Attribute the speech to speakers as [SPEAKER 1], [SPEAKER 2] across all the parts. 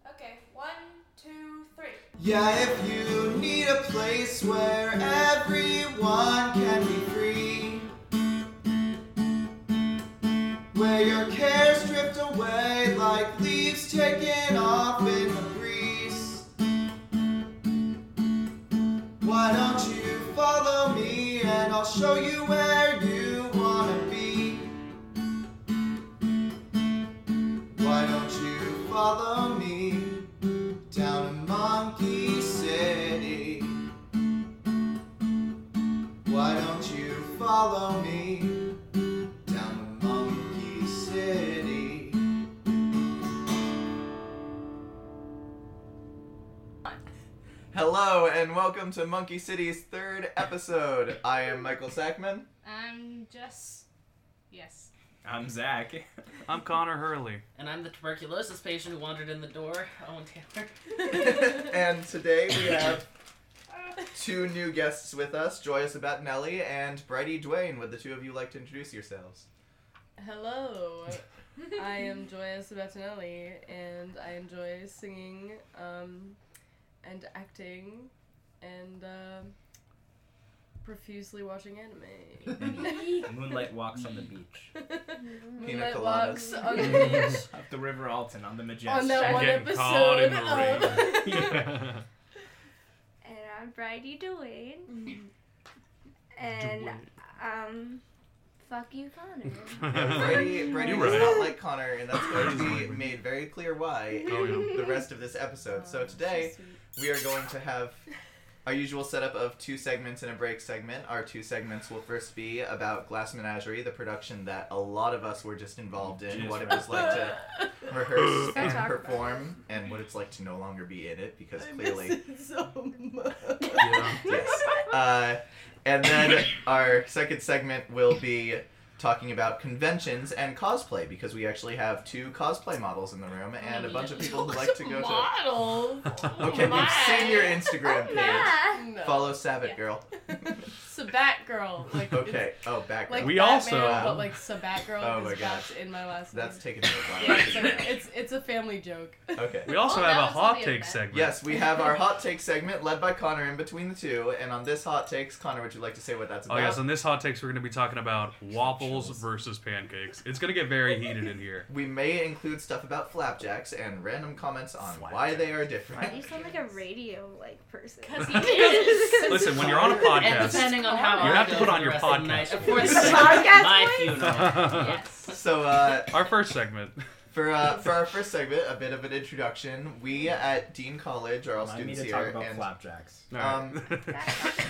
[SPEAKER 1] Yeah, if you need a place where everyone can be free, where your cares drift away like leaves taken off in the breeze, why don't you follow me and I'll show you where you wanna be? Why don't you follow me? down in Monkey City. Why don't you follow me down to Monkey City? Hello and welcome to Monkey City's third episode. I am Michael Sackman.
[SPEAKER 2] I'm just. Yes.
[SPEAKER 3] I'm Zach.
[SPEAKER 4] I'm Connor Hurley.
[SPEAKER 5] And I'm the tuberculosis patient who wandered in the door, Owen Taylor.
[SPEAKER 1] and today we have two new guests with us, Joyous About Nelly and Brady Dwayne. Would the two of you like to introduce yourselves?
[SPEAKER 6] Hello, I am Joya Sabatinelli, and I enjoy singing um, and acting and uh, profusely watching anime.
[SPEAKER 3] Moonlight walks on the beach.
[SPEAKER 6] Moonlight
[SPEAKER 1] coladas.
[SPEAKER 6] walks on the beach
[SPEAKER 3] Up the River Alton on the Majestic.
[SPEAKER 6] on that one
[SPEAKER 4] Getting caught in
[SPEAKER 6] episode
[SPEAKER 4] the
[SPEAKER 6] of.
[SPEAKER 7] And I'm Brady Dwayne. and um, fuck you, Connor.
[SPEAKER 1] Brady, Brady
[SPEAKER 4] You're
[SPEAKER 1] does
[SPEAKER 4] right.
[SPEAKER 1] not like Connor, and that's going
[SPEAKER 4] Brady's
[SPEAKER 1] to be
[SPEAKER 4] like me.
[SPEAKER 1] made very clear why
[SPEAKER 4] Oh,
[SPEAKER 1] in
[SPEAKER 4] yeah.
[SPEAKER 1] the rest of this
[SPEAKER 6] Oh,
[SPEAKER 1] episode. So today, we are going to have our usual setup of two segments and a break segment. Our two segments will first be about Glass Menagerie, the production that a lot of us were just involved in,
[SPEAKER 3] Just
[SPEAKER 1] what it was like to rehearse
[SPEAKER 7] Don't
[SPEAKER 1] and
[SPEAKER 7] talk about
[SPEAKER 1] perform, and what it's like to no longer be in it, because
[SPEAKER 6] I miss
[SPEAKER 1] clearly,
[SPEAKER 6] it so much.
[SPEAKER 4] Yeah.
[SPEAKER 1] yes. Uh, and then our second segment will be talking about conventions and cosplay because we actually have two cosplay models in the room and a bunch of people who like to go to.
[SPEAKER 2] models.
[SPEAKER 1] Okay, we've seen your Instagram page.
[SPEAKER 7] Ah,
[SPEAKER 6] No.
[SPEAKER 1] Follow Sabat Girl.
[SPEAKER 6] Sabat girl. Like, it's
[SPEAKER 1] Okay. Oh, back.
[SPEAKER 6] Like
[SPEAKER 4] We
[SPEAKER 6] Batman,
[SPEAKER 4] also-
[SPEAKER 6] but like Sabat girl
[SPEAKER 1] Oh
[SPEAKER 6] is
[SPEAKER 1] my
[SPEAKER 6] that's in my last name.
[SPEAKER 1] That's taken a
[SPEAKER 6] Yeah, it's,
[SPEAKER 1] while.
[SPEAKER 6] a, it's it's a family joke.
[SPEAKER 1] Okay.
[SPEAKER 4] We also
[SPEAKER 2] Oh,
[SPEAKER 4] have
[SPEAKER 2] that
[SPEAKER 4] a
[SPEAKER 2] was
[SPEAKER 4] hot
[SPEAKER 2] the
[SPEAKER 4] take
[SPEAKER 2] event.
[SPEAKER 4] segment.
[SPEAKER 1] Yes, we have our hot take segment led by Connor in between the two, and on this hot takes, Connor, would you like to say what that's
[SPEAKER 4] Oh
[SPEAKER 1] about?
[SPEAKER 4] yes, on this hot takes we're gonna be talking about waffles versus pancakes. It's gonna get very heated in here.
[SPEAKER 1] We may include stuff about flapjacks and random comments on why they are different.
[SPEAKER 7] you sound like a radio like person.
[SPEAKER 2] 'Cause
[SPEAKER 4] he
[SPEAKER 2] is.
[SPEAKER 4] Listen, when you're on a
[SPEAKER 5] And
[SPEAKER 4] podcast,
[SPEAKER 5] depending on how
[SPEAKER 2] You
[SPEAKER 5] I
[SPEAKER 4] have to
[SPEAKER 5] go
[SPEAKER 4] put
[SPEAKER 5] for
[SPEAKER 4] on
[SPEAKER 5] the
[SPEAKER 4] your
[SPEAKER 5] rest of the night,
[SPEAKER 4] podcast
[SPEAKER 5] Of course,
[SPEAKER 7] voice.
[SPEAKER 5] my
[SPEAKER 7] Podcast
[SPEAKER 5] funeral.
[SPEAKER 2] yes.
[SPEAKER 1] So, uh,
[SPEAKER 4] our first segment.
[SPEAKER 1] For uh, for our first segment, a bit of an introduction. We at Dean College are all
[SPEAKER 3] Remind me
[SPEAKER 1] students
[SPEAKER 3] to
[SPEAKER 1] here,
[SPEAKER 3] talk about
[SPEAKER 1] and
[SPEAKER 3] flapjacks.
[SPEAKER 1] Um,
[SPEAKER 4] All right.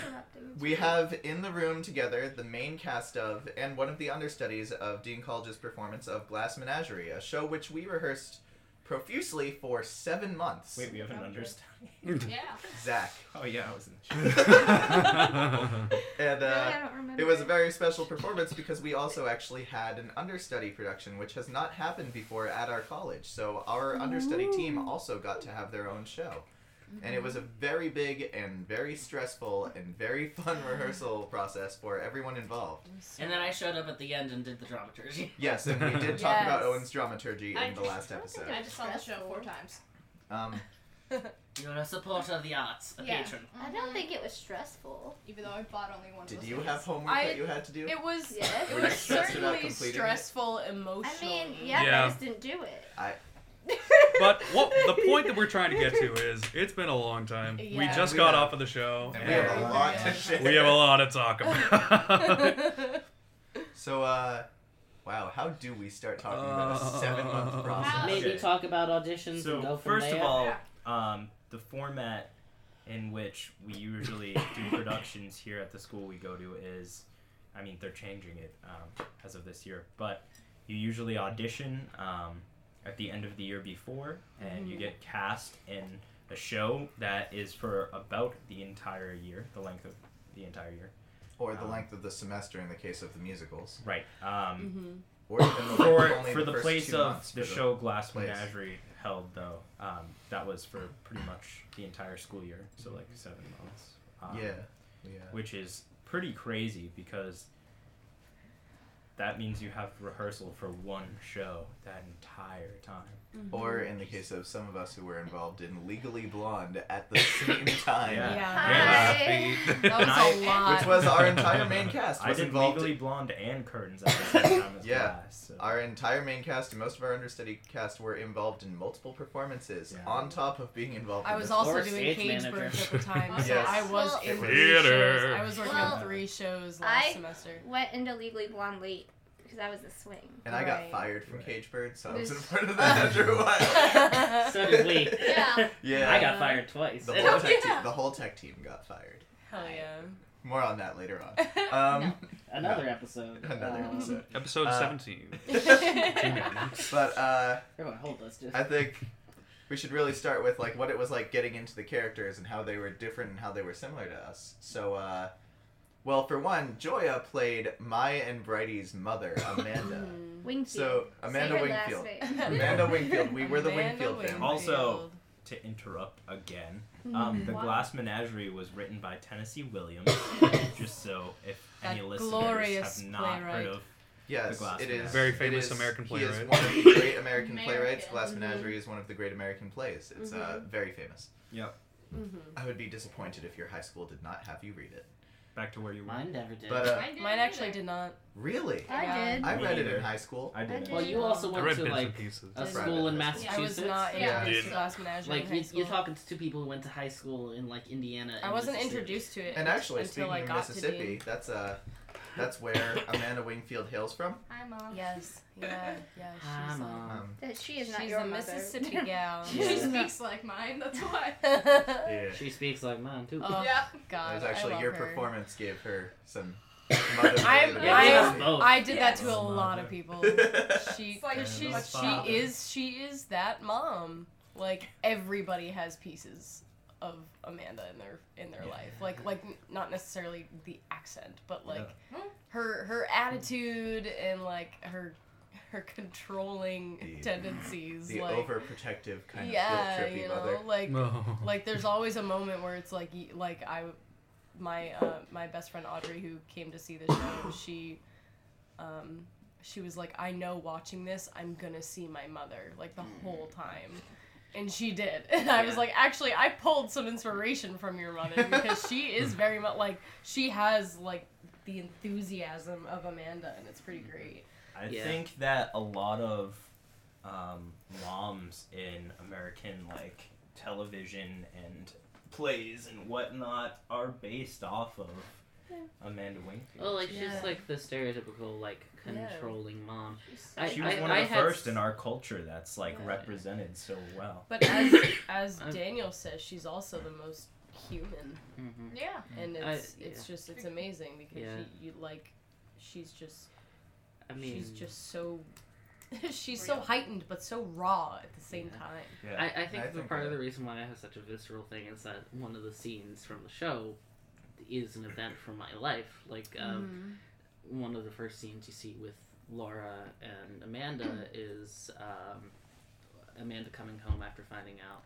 [SPEAKER 1] we
[SPEAKER 4] uh,
[SPEAKER 1] have in the room together the main cast of and one of the understudies of Dean College's performance of Glass Menagerie, a show which we rehearsed profusely for seven months.
[SPEAKER 3] Wait, we have an
[SPEAKER 7] Okay.
[SPEAKER 3] understudy.
[SPEAKER 2] Yeah.
[SPEAKER 1] Zach
[SPEAKER 3] Oh yeah, I was in the show.
[SPEAKER 1] and uh,
[SPEAKER 7] I don't remember.
[SPEAKER 1] it was a very special performance because we also actually had an understudy production, which has not happened before at our college. So our understudy team also got to have their own show. And it was a very big and very stressful and very fun rehearsal process for everyone involved.
[SPEAKER 5] And then I showed up at the end and did the dramaturgy.
[SPEAKER 1] Yes, and we did talk about
[SPEAKER 6] Yes.
[SPEAKER 1] Owen's dramaturgy
[SPEAKER 2] I
[SPEAKER 1] in the
[SPEAKER 2] just-
[SPEAKER 1] last episode.
[SPEAKER 2] I just saw the show four times.
[SPEAKER 1] Um,
[SPEAKER 5] You're a supporter of the arts, a
[SPEAKER 2] Yeah.
[SPEAKER 5] patron.
[SPEAKER 7] I don't think it was stressful.
[SPEAKER 2] Mm-hmm. Even though I bought only one.
[SPEAKER 1] did you have homework
[SPEAKER 6] I-
[SPEAKER 1] that you had to do?
[SPEAKER 6] It was
[SPEAKER 7] Yes.
[SPEAKER 6] it
[SPEAKER 1] Were you
[SPEAKER 6] was
[SPEAKER 1] stressed about
[SPEAKER 6] certainly
[SPEAKER 1] completing it?
[SPEAKER 6] stressful emotionally.
[SPEAKER 7] I mean, yeah,
[SPEAKER 4] Yeah.
[SPEAKER 7] I just didn't do it.
[SPEAKER 1] I-
[SPEAKER 4] But what the point that we're trying to get to is it's been a long time. We
[SPEAKER 6] Yeah.
[SPEAKER 4] just
[SPEAKER 1] We
[SPEAKER 4] got
[SPEAKER 1] have-
[SPEAKER 4] off of the show.
[SPEAKER 1] and we have a
[SPEAKER 6] Yeah.
[SPEAKER 1] lot to share.
[SPEAKER 4] we have a lot to talk
[SPEAKER 6] Mm-hmm.
[SPEAKER 4] about.
[SPEAKER 1] So, uh, wow, how do we start talking about a
[SPEAKER 4] Uh,
[SPEAKER 1] seven month process?
[SPEAKER 2] Wow.
[SPEAKER 5] Maybe
[SPEAKER 3] Okay.
[SPEAKER 5] talk about auditions and
[SPEAKER 3] So
[SPEAKER 5] go from
[SPEAKER 3] first of
[SPEAKER 5] there.
[SPEAKER 3] all, um, the format in which we usually do productions here at the school we go to is, I mean, they're changing it um, as of this year, but you usually audition um, at the end of the year before, and you get cast in a show that is for about the entire year, the length of the entire year.
[SPEAKER 1] Or the length of the semester in the case of the musicals.
[SPEAKER 3] Right. Um,
[SPEAKER 1] Or even the
[SPEAKER 3] For,
[SPEAKER 1] length of only
[SPEAKER 3] for the
[SPEAKER 1] first
[SPEAKER 3] place
[SPEAKER 1] two
[SPEAKER 3] of
[SPEAKER 1] months
[SPEAKER 3] the
[SPEAKER 1] for
[SPEAKER 3] show Glass
[SPEAKER 1] place.
[SPEAKER 3] Menagerie held, though, um, that was for pretty much the entire school year, so like seven months. Um,
[SPEAKER 1] Yeah. Yeah.
[SPEAKER 3] Which is pretty crazy because that means you have rehearsal for one show that entire time.
[SPEAKER 6] Mm-hmm.
[SPEAKER 1] Or in the case of some of us who were involved in Legally Blonde at the same time,
[SPEAKER 3] Yeah.
[SPEAKER 7] Hi.
[SPEAKER 6] That was
[SPEAKER 3] And I-
[SPEAKER 6] a lot.
[SPEAKER 1] which was our entire main cast
[SPEAKER 3] I
[SPEAKER 1] was
[SPEAKER 3] did
[SPEAKER 1] involved.
[SPEAKER 3] Legally Blonde and Curtains at the same time as
[SPEAKER 1] Yeah.
[SPEAKER 3] Glass. so-
[SPEAKER 1] Our entire main cast and most of our understudy cast were involved in multiple performances.
[SPEAKER 3] Yeah.
[SPEAKER 1] On top of being involved,
[SPEAKER 6] I
[SPEAKER 1] in
[SPEAKER 6] was
[SPEAKER 1] this-
[SPEAKER 6] also
[SPEAKER 5] Or
[SPEAKER 6] doing
[SPEAKER 5] stage
[SPEAKER 6] Cage
[SPEAKER 5] manager.
[SPEAKER 6] Birds at the time, so
[SPEAKER 1] Yes.
[SPEAKER 6] I was
[SPEAKER 7] Well,
[SPEAKER 6] in
[SPEAKER 4] It
[SPEAKER 6] three
[SPEAKER 4] was.
[SPEAKER 6] shows. I was working
[SPEAKER 7] Well,
[SPEAKER 6] on three shows last
[SPEAKER 7] I-
[SPEAKER 6] semester.
[SPEAKER 7] Went into Legally Blonde late because I was a swing.
[SPEAKER 1] and I got
[SPEAKER 6] Right.
[SPEAKER 1] fired from
[SPEAKER 3] Right.
[SPEAKER 1] Cage Bird, so I was in
[SPEAKER 7] There's-
[SPEAKER 1] front of that after a while.
[SPEAKER 5] So did we.
[SPEAKER 7] Yeah.
[SPEAKER 1] yeah,
[SPEAKER 5] I got fired twice.
[SPEAKER 1] the whole, tech
[SPEAKER 2] Yeah.
[SPEAKER 1] team, the whole tech team got fired.
[SPEAKER 6] Hell yeah.
[SPEAKER 1] More on that later on. Um,
[SPEAKER 5] Another episode.
[SPEAKER 1] Another
[SPEAKER 5] Um,
[SPEAKER 1] episode.
[SPEAKER 4] Episode
[SPEAKER 1] Uh,
[SPEAKER 4] 17.
[SPEAKER 1] But uh,
[SPEAKER 5] Everyone, hold this. Just
[SPEAKER 1] I think we should really start with like what it was like getting into the characters and how they were different and how they were similar to us. So, uh, well, for one, Joya played Maya and Brighty's mother, Amanda.
[SPEAKER 7] Wingfield.
[SPEAKER 1] so Amanda
[SPEAKER 7] Say her
[SPEAKER 1] Wingfield,
[SPEAKER 7] Last name.
[SPEAKER 1] Amanda Wingfield. We were the
[SPEAKER 6] Mm-hmm. Amanda
[SPEAKER 1] Wingfield family.
[SPEAKER 3] Also- to interrupt again.
[SPEAKER 6] Mm-hmm.
[SPEAKER 3] Um, the
[SPEAKER 7] Wow.
[SPEAKER 3] Glass Menagerie was written by Tennessee Williams. just so if any
[SPEAKER 6] That
[SPEAKER 3] listeners
[SPEAKER 6] glorious
[SPEAKER 3] have not
[SPEAKER 6] playwright.
[SPEAKER 3] heard of,
[SPEAKER 1] Yes,
[SPEAKER 3] The Glass
[SPEAKER 1] it
[SPEAKER 3] Menagerie.
[SPEAKER 1] is
[SPEAKER 4] Very
[SPEAKER 1] it
[SPEAKER 4] famous
[SPEAKER 1] is-
[SPEAKER 4] American
[SPEAKER 1] He is
[SPEAKER 4] playwright.
[SPEAKER 1] one of the great American playwrights.
[SPEAKER 7] American. mm-hmm.
[SPEAKER 1] Glass Menagerie is one of the great American plays. It's uh, very famous.
[SPEAKER 3] Yep.
[SPEAKER 6] Mhm.
[SPEAKER 1] I would be disappointed if your high school did not have you read it.
[SPEAKER 3] back to where you were.
[SPEAKER 5] mine never did.
[SPEAKER 1] But, uh,
[SPEAKER 7] Mine didn't
[SPEAKER 6] Mine actually
[SPEAKER 7] either.
[SPEAKER 6] did not.
[SPEAKER 1] Really,
[SPEAKER 7] I did.
[SPEAKER 1] I
[SPEAKER 3] Me
[SPEAKER 1] read it
[SPEAKER 3] neither.
[SPEAKER 1] in high school.
[SPEAKER 3] I did.
[SPEAKER 7] did.
[SPEAKER 3] it.
[SPEAKER 5] Well, you also
[SPEAKER 4] I
[SPEAKER 5] went
[SPEAKER 4] read
[SPEAKER 5] to
[SPEAKER 4] bits
[SPEAKER 5] like
[SPEAKER 4] and pieces.
[SPEAKER 5] a
[SPEAKER 1] That's
[SPEAKER 5] school
[SPEAKER 1] right.
[SPEAKER 5] in
[SPEAKER 6] I was
[SPEAKER 5] Massachusetts.
[SPEAKER 6] not
[SPEAKER 7] Yeah.
[SPEAKER 6] introduced to
[SPEAKER 1] Yeah.
[SPEAKER 6] Glass Menagerie in
[SPEAKER 5] Like
[SPEAKER 6] high
[SPEAKER 5] you,
[SPEAKER 6] school.
[SPEAKER 5] you're talking to two people who went to high school in like Indiana.
[SPEAKER 6] I
[SPEAKER 5] and
[SPEAKER 6] wasn't
[SPEAKER 5] Mississippi.
[SPEAKER 6] introduced to it
[SPEAKER 1] And actually,
[SPEAKER 6] until
[SPEAKER 1] speaking
[SPEAKER 6] I
[SPEAKER 1] of
[SPEAKER 6] got to
[SPEAKER 1] Mississippi,
[SPEAKER 6] Dean.
[SPEAKER 1] that's uh, that's where Amanda Wingfield hails from.
[SPEAKER 7] Hi, mom.
[SPEAKER 6] Yes, yeah, yeah.
[SPEAKER 5] Hi,
[SPEAKER 6] She's, a-
[SPEAKER 5] Ah, Mom.
[SPEAKER 3] Ah.
[SPEAKER 1] Um,
[SPEAKER 7] That She is not
[SPEAKER 6] she's
[SPEAKER 7] your
[SPEAKER 6] a
[SPEAKER 7] mother.
[SPEAKER 6] Mississippi gal.
[SPEAKER 5] Yeah.
[SPEAKER 2] She speaks like mine. That's why.
[SPEAKER 1] yeah.
[SPEAKER 5] She speaks like mine too.
[SPEAKER 6] Oh,
[SPEAKER 2] Yeah.
[SPEAKER 1] That
[SPEAKER 6] God,
[SPEAKER 1] was
[SPEAKER 6] Uh, I
[SPEAKER 1] actually
[SPEAKER 6] love
[SPEAKER 1] your
[SPEAKER 6] her.
[SPEAKER 1] performance gave her some.
[SPEAKER 6] I'm-
[SPEAKER 1] motherly-
[SPEAKER 5] yeah, we
[SPEAKER 6] I-
[SPEAKER 5] was both.
[SPEAKER 6] I did that to a
[SPEAKER 3] Yes.
[SPEAKER 6] lot of people. She,
[SPEAKER 2] It's like
[SPEAKER 6] cause she,
[SPEAKER 3] Anna's
[SPEAKER 6] she
[SPEAKER 3] father.
[SPEAKER 6] is, she is that mom. Like everybody has pieces of Amanda in their in their life. Like, like n- not necessarily the accent, but like
[SPEAKER 2] Yeah.
[SPEAKER 6] her her attitude and like her her controlling
[SPEAKER 1] The-
[SPEAKER 6] tendencies.
[SPEAKER 1] the
[SPEAKER 6] like,
[SPEAKER 1] overprotective kind
[SPEAKER 6] yeah,
[SPEAKER 1] of guilt trippy
[SPEAKER 6] you know,
[SPEAKER 1] mother.
[SPEAKER 6] like
[SPEAKER 4] No.
[SPEAKER 6] like there's always a moment where it's like y- like I my uh, my best friend Audrey who came to see the show she um she was like I know watching this I'm gonna see my mother like the whole time and she did and I was
[SPEAKER 5] Yeah.
[SPEAKER 6] like actually I pulled some inspiration from your mother because she is very much like she has like the enthusiasm of Amanda and it's pretty great
[SPEAKER 3] I
[SPEAKER 5] Yeah.
[SPEAKER 3] think that a lot of um, moms in American like television and plays and whatnot are based off of Amanda Wingfield.
[SPEAKER 5] Well, Oh, like
[SPEAKER 6] Yeah.
[SPEAKER 5] she's like the stereotypical like
[SPEAKER 6] Yeah.
[SPEAKER 5] controlling mom.
[SPEAKER 2] I,
[SPEAKER 5] I-
[SPEAKER 3] she was
[SPEAKER 5] I-
[SPEAKER 3] one of
[SPEAKER 5] I
[SPEAKER 3] the
[SPEAKER 5] had
[SPEAKER 3] first
[SPEAKER 5] s-
[SPEAKER 3] in our culture that's like
[SPEAKER 6] Yeah.
[SPEAKER 3] represented so well.
[SPEAKER 6] but as as
[SPEAKER 5] I'm-
[SPEAKER 6] Daniel says she's also the most human
[SPEAKER 5] hmm
[SPEAKER 2] yeah.
[SPEAKER 6] and
[SPEAKER 5] I-
[SPEAKER 6] it's
[SPEAKER 5] yeah.
[SPEAKER 6] it's just it's amazing because
[SPEAKER 5] Yeah.
[SPEAKER 6] she, you like she's just
[SPEAKER 5] I mean,
[SPEAKER 6] she's just so she's so
[SPEAKER 2] Real.
[SPEAKER 6] heightened but so raw at the same
[SPEAKER 5] Yeah.
[SPEAKER 6] time
[SPEAKER 3] Yeah.
[SPEAKER 5] I, I think
[SPEAKER 1] I
[SPEAKER 5] the
[SPEAKER 1] think
[SPEAKER 5] part of
[SPEAKER 1] that-
[SPEAKER 5] the reason why I have such a visceral thing is that one of the scenes from the show is an event from my life. Like um,
[SPEAKER 6] Mm-hmm.
[SPEAKER 5] one of the first scenes you see with Laura and Amanda is um, Amanda coming home after finding out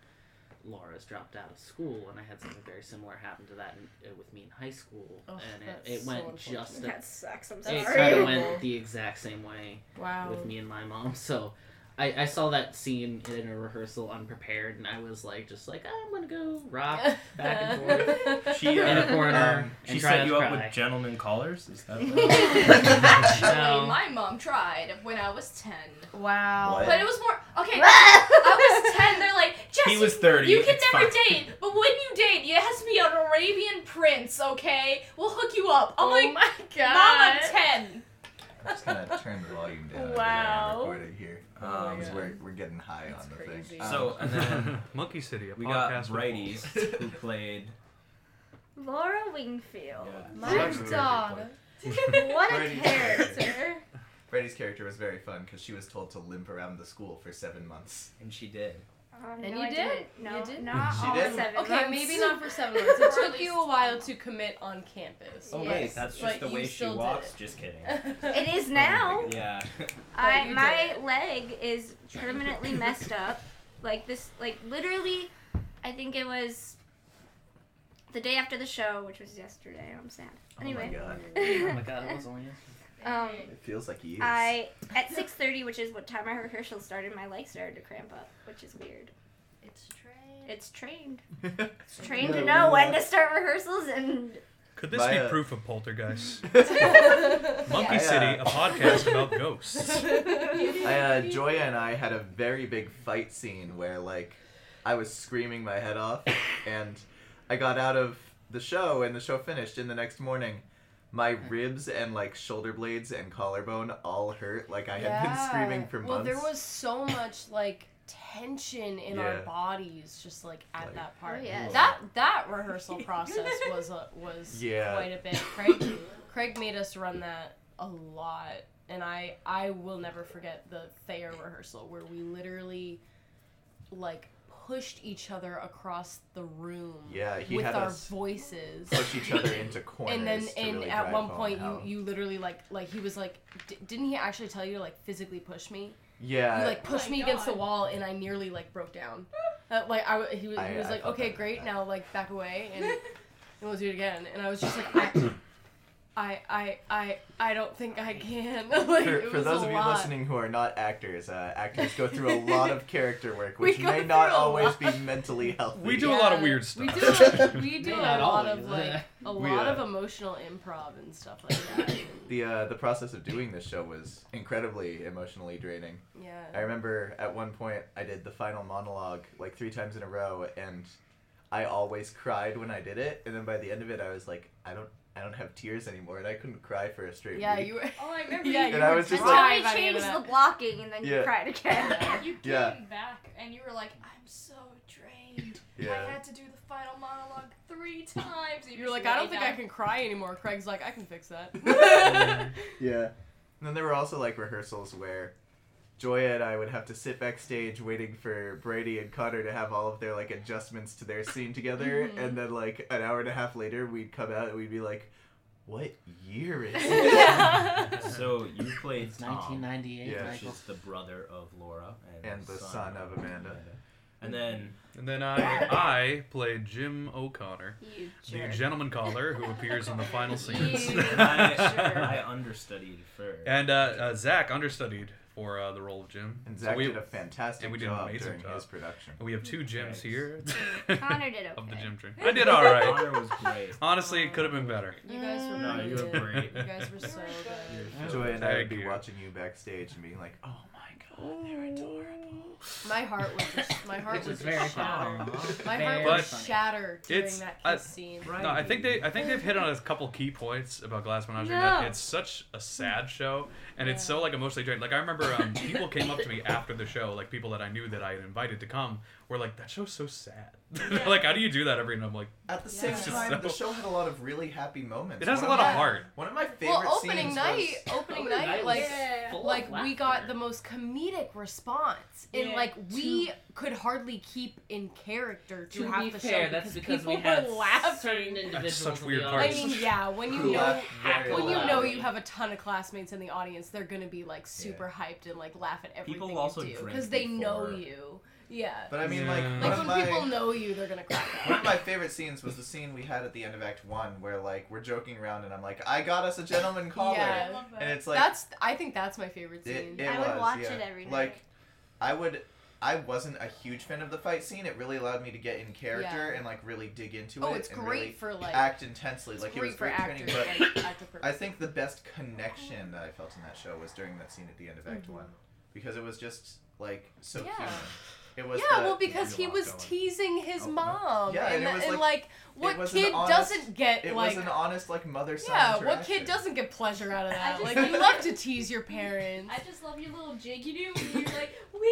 [SPEAKER 5] Laura's dropped out of school, and I had something very similar happen to that in, uh, with me in high school,
[SPEAKER 6] Ugh,
[SPEAKER 5] and it,
[SPEAKER 6] Oh, that's
[SPEAKER 5] it
[SPEAKER 6] so
[SPEAKER 5] went
[SPEAKER 6] unfortunate.
[SPEAKER 5] just the,
[SPEAKER 7] That sucks. I'm
[SPEAKER 5] it
[SPEAKER 7] sorry.
[SPEAKER 5] kind
[SPEAKER 6] Sorry.
[SPEAKER 5] of went the exact same way
[SPEAKER 6] wow
[SPEAKER 5] with me and my mom. So I, I saw that scene in a rehearsal unprepared, and I was like, just like, "Ah, I'm gonna go rock back and forth
[SPEAKER 6] forth
[SPEAKER 3] She,
[SPEAKER 5] in a
[SPEAKER 3] uh,
[SPEAKER 5] corner.
[SPEAKER 1] Um,
[SPEAKER 5] and
[SPEAKER 3] she
[SPEAKER 5] try
[SPEAKER 3] set
[SPEAKER 5] not
[SPEAKER 3] you
[SPEAKER 5] to
[SPEAKER 3] up
[SPEAKER 5] cry.
[SPEAKER 3] with gentlemen callers. Is that
[SPEAKER 2] Actually,
[SPEAKER 5] No.
[SPEAKER 2] my mom tried when I was ten,
[SPEAKER 6] wow
[SPEAKER 1] What?
[SPEAKER 2] but it was more okay. I was
[SPEAKER 7] I
[SPEAKER 2] ten. They're like, Jesse,
[SPEAKER 3] He was 30,
[SPEAKER 2] You can
[SPEAKER 3] it's
[SPEAKER 2] never
[SPEAKER 3] fine."
[SPEAKER 2] date, but when you date, it has to be an Arabian prince, okay? We'll hook you up. I'm
[SPEAKER 6] oh
[SPEAKER 2] like,
[SPEAKER 6] my
[SPEAKER 2] Mom,
[SPEAKER 6] god
[SPEAKER 2] I'm ten.
[SPEAKER 1] I'm just gonna turn the volume down.
[SPEAKER 6] Wow.
[SPEAKER 1] Wow. Recorded here.
[SPEAKER 6] Oh my
[SPEAKER 3] um,
[SPEAKER 1] Because
[SPEAKER 6] God.
[SPEAKER 1] we're, we're getting high
[SPEAKER 6] That's
[SPEAKER 1] on the
[SPEAKER 6] crazy.
[SPEAKER 1] thing. Um,
[SPEAKER 3] So,
[SPEAKER 4] uh,
[SPEAKER 3] and then
[SPEAKER 4] Monkey City, a
[SPEAKER 3] we got
[SPEAKER 4] podcast.
[SPEAKER 3] Brighties who played um,
[SPEAKER 7] Laura Wingfield.
[SPEAKER 3] Yeah.
[SPEAKER 7] My
[SPEAKER 1] She was
[SPEAKER 7] God. What a
[SPEAKER 1] Brady.
[SPEAKER 7] character.
[SPEAKER 1] Brady's character was very fun because she was told to limp around the school for seven months.
[SPEAKER 3] and she did.
[SPEAKER 7] Um,
[SPEAKER 6] And
[SPEAKER 7] no,
[SPEAKER 6] you
[SPEAKER 7] I
[SPEAKER 6] did.
[SPEAKER 7] didn't. No,
[SPEAKER 6] You did.
[SPEAKER 7] not
[SPEAKER 1] She
[SPEAKER 7] all
[SPEAKER 1] did.
[SPEAKER 7] seven.
[SPEAKER 6] okay
[SPEAKER 7] months.
[SPEAKER 6] maybe not for seven months it took you a while to commit on campus
[SPEAKER 7] Oh,
[SPEAKER 3] Oh
[SPEAKER 7] wait,
[SPEAKER 3] wait,
[SPEAKER 7] Yes.
[SPEAKER 3] that's
[SPEAKER 6] But
[SPEAKER 3] just the
[SPEAKER 6] you
[SPEAKER 3] way she
[SPEAKER 6] still did
[SPEAKER 3] walks.
[SPEAKER 6] it.
[SPEAKER 3] Just kidding.
[SPEAKER 7] It is
[SPEAKER 1] Oh
[SPEAKER 7] now.
[SPEAKER 3] Yeah.
[SPEAKER 7] I
[SPEAKER 6] you
[SPEAKER 7] my
[SPEAKER 6] did it.
[SPEAKER 7] leg is permanently messed up. Like this, like literally, I think it was the day after the show, which was yesterday. I'm sad.
[SPEAKER 1] Oh my
[SPEAKER 7] Anyway,
[SPEAKER 1] god.
[SPEAKER 5] oh my god, it was only.
[SPEAKER 7] Um,
[SPEAKER 1] It feels like years.
[SPEAKER 7] I at six thirty, which is what time our rehearsal started, my legs started to cramp up, which is weird.
[SPEAKER 2] It's trained.
[SPEAKER 7] It's trained. It's
[SPEAKER 1] It's
[SPEAKER 7] trained
[SPEAKER 1] No,
[SPEAKER 7] to know
[SPEAKER 1] we're
[SPEAKER 7] when
[SPEAKER 1] not.
[SPEAKER 7] to start rehearsals and
[SPEAKER 4] Could this
[SPEAKER 1] My,
[SPEAKER 4] be
[SPEAKER 1] uh,
[SPEAKER 4] proof of poltergeist?
[SPEAKER 6] I,
[SPEAKER 4] Monkey
[SPEAKER 1] I, uh,
[SPEAKER 4] City, a podcast about ghosts.
[SPEAKER 1] I, uh, Joya and I had a very big fight scene where like I was screaming my head off, and I got out of the show, and the show finished. And the next morning, my ribs and like shoulder blades and collarbone all hurt, like I had been screaming for months.
[SPEAKER 6] Well, there was so much like tension in our
[SPEAKER 1] Yeah.
[SPEAKER 6] bodies, just like at
[SPEAKER 1] Like-
[SPEAKER 6] that part.
[SPEAKER 7] Oh, yeah.
[SPEAKER 6] That that rehearsal process was a, was
[SPEAKER 1] Yeah.
[SPEAKER 6] quite a bit. Craig Craig made us run that a lot, and I I will never forget the Thayer rehearsal where we literally like pushed each other across the room
[SPEAKER 1] yeah, he
[SPEAKER 6] with
[SPEAKER 1] had
[SPEAKER 6] our
[SPEAKER 1] us
[SPEAKER 6] voices
[SPEAKER 1] push each other into corners.
[SPEAKER 6] and then
[SPEAKER 1] to
[SPEAKER 6] and
[SPEAKER 1] really
[SPEAKER 6] at
[SPEAKER 1] drive
[SPEAKER 6] one
[SPEAKER 1] home
[SPEAKER 6] point you
[SPEAKER 1] how-
[SPEAKER 6] you literally like like he was like d- didn't he actually tell you to like physically push me
[SPEAKER 1] yeah
[SPEAKER 6] you like
[SPEAKER 2] Oh
[SPEAKER 6] pushed
[SPEAKER 2] my
[SPEAKER 6] me against the
[SPEAKER 2] God.
[SPEAKER 6] wall and i nearly like broke down uh, like i w- he was, he
[SPEAKER 1] I-
[SPEAKER 6] was
[SPEAKER 1] I
[SPEAKER 6] like
[SPEAKER 1] felt
[SPEAKER 6] okay
[SPEAKER 1] that.
[SPEAKER 6] great now like back away and, and we'll do it again and i was just like i I, I I I don't think I can. like,
[SPEAKER 1] For,
[SPEAKER 6] it
[SPEAKER 1] for
[SPEAKER 6] was
[SPEAKER 1] those
[SPEAKER 6] a
[SPEAKER 1] of you
[SPEAKER 6] lot.
[SPEAKER 1] listening who are not actors, uh, actors go through a lot of character work,
[SPEAKER 6] We
[SPEAKER 1] which
[SPEAKER 6] go
[SPEAKER 1] may
[SPEAKER 6] through
[SPEAKER 1] not
[SPEAKER 6] a
[SPEAKER 1] always
[SPEAKER 6] lot.
[SPEAKER 1] be mentally healthy.
[SPEAKER 4] We do a lot of
[SPEAKER 6] Yeah,
[SPEAKER 4] weird
[SPEAKER 6] We
[SPEAKER 4] stuff.
[SPEAKER 6] do a, we do a
[SPEAKER 5] not
[SPEAKER 6] lot of
[SPEAKER 5] always.
[SPEAKER 6] like a
[SPEAKER 1] We,
[SPEAKER 6] lot
[SPEAKER 1] uh,
[SPEAKER 6] of emotional improv and stuff like that.
[SPEAKER 1] The uh, the process of doing this show was incredibly emotionally draining. I
[SPEAKER 6] Yeah.
[SPEAKER 1] remember at one point I did the final monologue like three times in a row, and I always cried when I did it. And then by the end of it, I was like, I don't I don't have tears anymore, and I couldn't cry for a straight
[SPEAKER 6] Yeah,
[SPEAKER 1] week.
[SPEAKER 6] you were
[SPEAKER 2] Oh, I remember.
[SPEAKER 6] Yeah,
[SPEAKER 2] you,
[SPEAKER 1] and I was
[SPEAKER 7] until
[SPEAKER 1] just
[SPEAKER 6] were
[SPEAKER 1] like,
[SPEAKER 6] Sorry
[SPEAKER 7] we
[SPEAKER 6] if I
[SPEAKER 7] changed
[SPEAKER 6] knew that.
[SPEAKER 7] the blocking, and then you
[SPEAKER 1] Yeah.
[SPEAKER 7] cried again.
[SPEAKER 2] you came
[SPEAKER 1] Yeah.
[SPEAKER 2] back and you were like, I'm so drained. I
[SPEAKER 1] yeah,
[SPEAKER 2] had to do the final monologue three times. and
[SPEAKER 6] You're
[SPEAKER 2] just
[SPEAKER 6] like, I don't
[SPEAKER 2] lay
[SPEAKER 6] think I
[SPEAKER 2] down.
[SPEAKER 6] can cry anymore. Craig's like, I can fix that.
[SPEAKER 1] yeah. And then there were also like rehearsals where Joya and I would have to sit backstage waiting for Brady and Connor to have all of their like adjustments to their scene together,
[SPEAKER 6] Mhm.
[SPEAKER 1] and then like an hour and a half later we'd come out and we'd be like, "What year is it?"
[SPEAKER 6] yeah.
[SPEAKER 3] So you played
[SPEAKER 5] It's
[SPEAKER 3] Tom,
[SPEAKER 5] 1998,
[SPEAKER 1] Yeah,
[SPEAKER 3] which
[SPEAKER 5] Michael.
[SPEAKER 3] is the brother of Laura and,
[SPEAKER 1] And the son of Amanda.
[SPEAKER 3] And then
[SPEAKER 4] And then I I played Jim O'Connor,
[SPEAKER 7] you
[SPEAKER 4] the
[SPEAKER 7] jerk.
[SPEAKER 4] gentleman caller who appears in the final scenes.
[SPEAKER 7] You
[SPEAKER 3] I, I understudied for.
[SPEAKER 4] and uh, uh, Zach understudied for uh, the role of Jim.
[SPEAKER 1] And
[SPEAKER 4] So
[SPEAKER 1] Zach
[SPEAKER 4] we,
[SPEAKER 1] did a fantastic
[SPEAKER 4] and we did an
[SPEAKER 1] job
[SPEAKER 4] amazing
[SPEAKER 1] during
[SPEAKER 4] job. Oh,
[SPEAKER 1] his production.
[SPEAKER 4] we have two
[SPEAKER 3] Thanks.
[SPEAKER 4] Jims here.
[SPEAKER 7] Connor did okay.
[SPEAKER 4] Of the Jim train. I did all right.
[SPEAKER 3] Honor was great.
[SPEAKER 4] Honestly, it could have been better.
[SPEAKER 6] You guys were
[SPEAKER 3] No, you were
[SPEAKER 6] brilliant.
[SPEAKER 3] great.
[SPEAKER 6] You guys were so
[SPEAKER 3] You're
[SPEAKER 6] good.
[SPEAKER 3] so-
[SPEAKER 1] Joya and I would
[SPEAKER 4] Thank
[SPEAKER 1] be
[SPEAKER 4] you.
[SPEAKER 1] watching you backstage and being like, "Oh my god, they're
[SPEAKER 6] Oh.
[SPEAKER 1] adorable."
[SPEAKER 6] My heart was just, my heart
[SPEAKER 5] Which
[SPEAKER 6] was
[SPEAKER 5] is very
[SPEAKER 6] just
[SPEAKER 5] funny.
[SPEAKER 6] shattered. My
[SPEAKER 5] Very
[SPEAKER 6] heart was
[SPEAKER 5] funny.
[SPEAKER 6] shattered during
[SPEAKER 4] It's-
[SPEAKER 6] that
[SPEAKER 4] I-
[SPEAKER 6] kiss scene.
[SPEAKER 4] No, I think they I think they've hit on a couple key points about Glass Menagerie. That
[SPEAKER 7] No.
[SPEAKER 4] it's such a sad show, and it's
[SPEAKER 6] Yeah.
[SPEAKER 4] so like emotionally drained. Like I remember um, people came up to me after the show, like people that I knew that I had invited to come, were like, "That show's so sad." They're like, "How do you do that every?" And I'm like,
[SPEAKER 1] At the
[SPEAKER 6] Yeah.
[SPEAKER 1] same
[SPEAKER 6] It's
[SPEAKER 4] just
[SPEAKER 1] time, the
[SPEAKER 4] so-
[SPEAKER 1] show had a lot of really happy moments.
[SPEAKER 4] "It has a
[SPEAKER 1] One
[SPEAKER 4] lot of
[SPEAKER 6] Yeah.
[SPEAKER 4] heart."
[SPEAKER 1] One of my favorite
[SPEAKER 6] Well, opening
[SPEAKER 1] scenes
[SPEAKER 6] night,
[SPEAKER 1] was
[SPEAKER 6] opening
[SPEAKER 5] Opening night
[SPEAKER 6] night,
[SPEAKER 5] was
[SPEAKER 6] like,
[SPEAKER 2] Yeah.
[SPEAKER 5] full of
[SPEAKER 6] like we got
[SPEAKER 5] laughter.
[SPEAKER 6] the most comedic response, and
[SPEAKER 2] Yeah.
[SPEAKER 6] like we could hardly keep in character to,
[SPEAKER 5] to
[SPEAKER 6] half
[SPEAKER 5] be
[SPEAKER 6] the
[SPEAKER 5] fair,
[SPEAKER 6] show
[SPEAKER 5] that's because
[SPEAKER 6] people
[SPEAKER 5] we had
[SPEAKER 6] were laughing.
[SPEAKER 5] certain individuals
[SPEAKER 4] such
[SPEAKER 5] in
[SPEAKER 4] weird
[SPEAKER 5] the
[SPEAKER 6] I
[SPEAKER 4] parts.
[SPEAKER 5] audience
[SPEAKER 6] mean, yeah, when you
[SPEAKER 1] who
[SPEAKER 6] know
[SPEAKER 1] laughed very
[SPEAKER 5] Well,
[SPEAKER 6] when you
[SPEAKER 1] loud.
[SPEAKER 6] know you have a ton of classmates in the audience, they're gonna be like super hyped and like laugh at everything
[SPEAKER 3] People also
[SPEAKER 6] you do
[SPEAKER 3] drink
[SPEAKER 6] because they know
[SPEAKER 3] before.
[SPEAKER 6] you. Yeah,
[SPEAKER 1] But I mean,
[SPEAKER 4] Yeah.
[SPEAKER 1] like,
[SPEAKER 4] Like,
[SPEAKER 1] one
[SPEAKER 6] like
[SPEAKER 1] of
[SPEAKER 6] when
[SPEAKER 1] my,
[SPEAKER 6] people know you, they're gonna crack
[SPEAKER 1] One of
[SPEAKER 6] up.
[SPEAKER 1] my favorite scenes was the scene we had at the end of Act One, where like we're joking around, and I'm like, "I got us a gentleman caller,"
[SPEAKER 6] Yeah.
[SPEAKER 2] I love that.
[SPEAKER 1] and it's like,
[SPEAKER 6] That's I think that's my favorite
[SPEAKER 1] it,
[SPEAKER 6] scene.
[SPEAKER 1] it
[SPEAKER 7] I would
[SPEAKER 1] was,
[SPEAKER 7] watch
[SPEAKER 1] yeah.
[SPEAKER 7] it every night.
[SPEAKER 1] Like, I would. I wasn't a huge fan of the fight scene. It really allowed me to get in character and like really dig into
[SPEAKER 6] oh,
[SPEAKER 1] it.
[SPEAKER 6] it's
[SPEAKER 1] and
[SPEAKER 6] great
[SPEAKER 1] really
[SPEAKER 6] for like
[SPEAKER 1] act intensely.
[SPEAKER 6] it's
[SPEAKER 1] like
[SPEAKER 6] great
[SPEAKER 1] it was
[SPEAKER 6] for
[SPEAKER 1] great
[SPEAKER 6] actors.
[SPEAKER 1] training, but
[SPEAKER 6] like, actor
[SPEAKER 1] I
[SPEAKER 6] purposes.
[SPEAKER 1] think the best connection that I felt in that show was during that scene at the end of Act
[SPEAKER 6] Mhm.
[SPEAKER 1] One, because it was just like so
[SPEAKER 6] Yeah.
[SPEAKER 1] human. It was
[SPEAKER 6] Yeah,
[SPEAKER 1] the-
[SPEAKER 6] well, because he
[SPEAKER 3] You're
[SPEAKER 6] was
[SPEAKER 3] locked on.
[SPEAKER 6] teasing his
[SPEAKER 4] Oh, no.
[SPEAKER 6] mom,
[SPEAKER 1] Yeah,
[SPEAKER 6] and,
[SPEAKER 1] and it was,
[SPEAKER 6] tha- and,
[SPEAKER 1] like-
[SPEAKER 6] like,
[SPEAKER 1] it
[SPEAKER 6] what
[SPEAKER 1] was an
[SPEAKER 6] kid
[SPEAKER 1] honest-
[SPEAKER 6] doesn't get
[SPEAKER 1] it
[SPEAKER 6] like
[SPEAKER 1] was an honest like mother son.
[SPEAKER 6] yeah, what kid
[SPEAKER 1] doesn't?
[SPEAKER 6] doesn't get pleasure out of
[SPEAKER 2] I
[SPEAKER 6] that?
[SPEAKER 2] just-
[SPEAKER 6] Like you love to tease your parents.
[SPEAKER 2] I just love your little jig you do. when You're like, we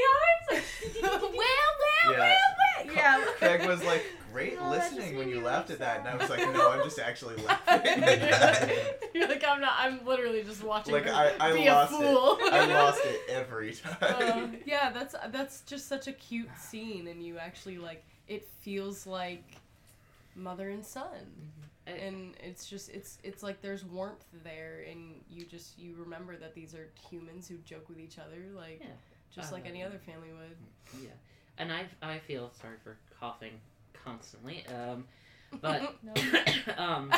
[SPEAKER 2] are. It's like,
[SPEAKER 6] well, well,
[SPEAKER 1] Yeah.
[SPEAKER 6] well, well. Yeah.
[SPEAKER 1] Craig was like, great
[SPEAKER 7] No, that just
[SPEAKER 1] listening when
[SPEAKER 7] made
[SPEAKER 1] you
[SPEAKER 7] me
[SPEAKER 1] laughed
[SPEAKER 7] really
[SPEAKER 1] at that. And I
[SPEAKER 7] sad.
[SPEAKER 1] was like, no, I'm just actually laughing.
[SPEAKER 6] You're like, I'm not. I'm literally just watching.
[SPEAKER 1] like,
[SPEAKER 6] her
[SPEAKER 1] I, I
[SPEAKER 6] be
[SPEAKER 1] lost
[SPEAKER 6] a fool.
[SPEAKER 1] it. I lost it every time.
[SPEAKER 6] Uh, yeah, that's that's just such a cute scene, and you actually like it feels like mother and son,
[SPEAKER 5] Mhm.
[SPEAKER 6] and it's just it's it's like there's warmth there, and you just you remember that these are humans who joke with each other, like
[SPEAKER 5] Yeah.
[SPEAKER 6] just like any
[SPEAKER 5] Uh,
[SPEAKER 6] other family would.
[SPEAKER 5] And I, I feel sorry for coughing constantly. Um, But
[SPEAKER 2] No.
[SPEAKER 5] um,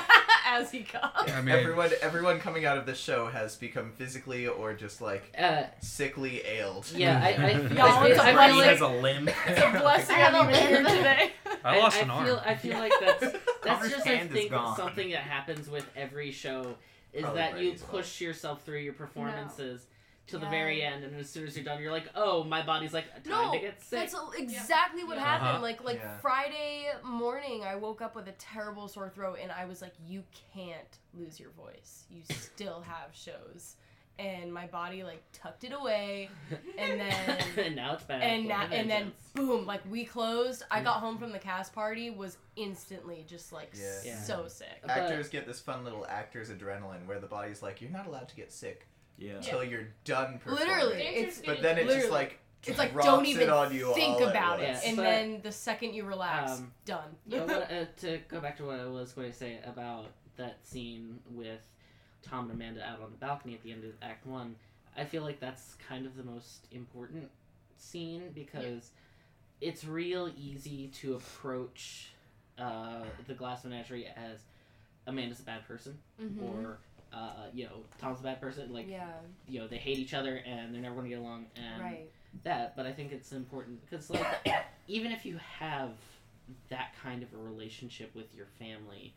[SPEAKER 6] As he
[SPEAKER 1] Oh.
[SPEAKER 6] comes.
[SPEAKER 4] I mean,
[SPEAKER 1] everyone, everyone coming out of this show has become physically or just like
[SPEAKER 5] uh,
[SPEAKER 1] sickly ailed.
[SPEAKER 5] yeah, I, I, feel,
[SPEAKER 6] Y'all,
[SPEAKER 5] I,
[SPEAKER 6] it's
[SPEAKER 5] feel,
[SPEAKER 6] a
[SPEAKER 5] I feel
[SPEAKER 6] blessing.
[SPEAKER 5] like
[SPEAKER 3] has a limb.
[SPEAKER 6] It's a blessing
[SPEAKER 7] I have
[SPEAKER 6] I'm
[SPEAKER 7] a
[SPEAKER 6] even here
[SPEAKER 7] bit of a-
[SPEAKER 6] today.
[SPEAKER 4] I lost
[SPEAKER 5] I,
[SPEAKER 4] an arm.
[SPEAKER 5] Feel, I feel like that's that's
[SPEAKER 3] Connor's
[SPEAKER 5] just I
[SPEAKER 3] hand is
[SPEAKER 5] think
[SPEAKER 3] gone.
[SPEAKER 5] something that happens with every show is
[SPEAKER 1] Probably
[SPEAKER 5] that you
[SPEAKER 1] Brady's fault.
[SPEAKER 5] push yourself through your performances to the
[SPEAKER 7] Yeah.
[SPEAKER 5] very end, and as soon as you're done, you're like, oh, my body's like time
[SPEAKER 6] No,
[SPEAKER 5] to get sick.
[SPEAKER 6] That's exactly what
[SPEAKER 2] Yeah.
[SPEAKER 6] happened.
[SPEAKER 4] Uh-huh.
[SPEAKER 6] Like like
[SPEAKER 1] Yeah.
[SPEAKER 6] Friday morning, I woke up with a terrible sore throat, and I was like, "You can't lose your voice. You still have shows." And my body like tucked it away, and then
[SPEAKER 5] and now it's back.
[SPEAKER 6] and
[SPEAKER 5] with
[SPEAKER 6] na-
[SPEAKER 5] a
[SPEAKER 6] and then
[SPEAKER 5] vengeance.
[SPEAKER 6] boom, like we closed. I got home from the cast party, was instantly just like
[SPEAKER 1] Yeah.
[SPEAKER 5] Yeah.
[SPEAKER 6] so sick.
[SPEAKER 5] But-
[SPEAKER 1] Actors get this fun little actor's adrenaline where the body's like, you're not allowed to get sick
[SPEAKER 3] Yeah.
[SPEAKER 1] until you're done performing.
[SPEAKER 6] Literally,
[SPEAKER 2] Dancers
[SPEAKER 6] it's
[SPEAKER 2] do
[SPEAKER 1] But then it just
[SPEAKER 6] Literally.
[SPEAKER 1] like
[SPEAKER 6] it's like
[SPEAKER 1] drops
[SPEAKER 6] don't even
[SPEAKER 1] it on you
[SPEAKER 6] think
[SPEAKER 1] all at
[SPEAKER 6] about it.
[SPEAKER 1] once.
[SPEAKER 5] Yeah.
[SPEAKER 6] And
[SPEAKER 5] But-
[SPEAKER 6] then the second you relax,
[SPEAKER 5] Um,
[SPEAKER 6] done.
[SPEAKER 5] Yeah, what, uh, to go back to what I was going to say about that scene with Tom and Amanda out on the balcony at the end of Act One, I feel like that's kind of the most important scene because it's real easy to approach uh, the Glass Menagerie as Amanda's a bad person or uh, you know Tom's a bad person. Like
[SPEAKER 6] Mm-hmm. yeah,
[SPEAKER 5] you know they hate each other and they're never going to get along. And
[SPEAKER 6] right.
[SPEAKER 5] that, but I think it's important because like even if you have that kind of a relationship with your family,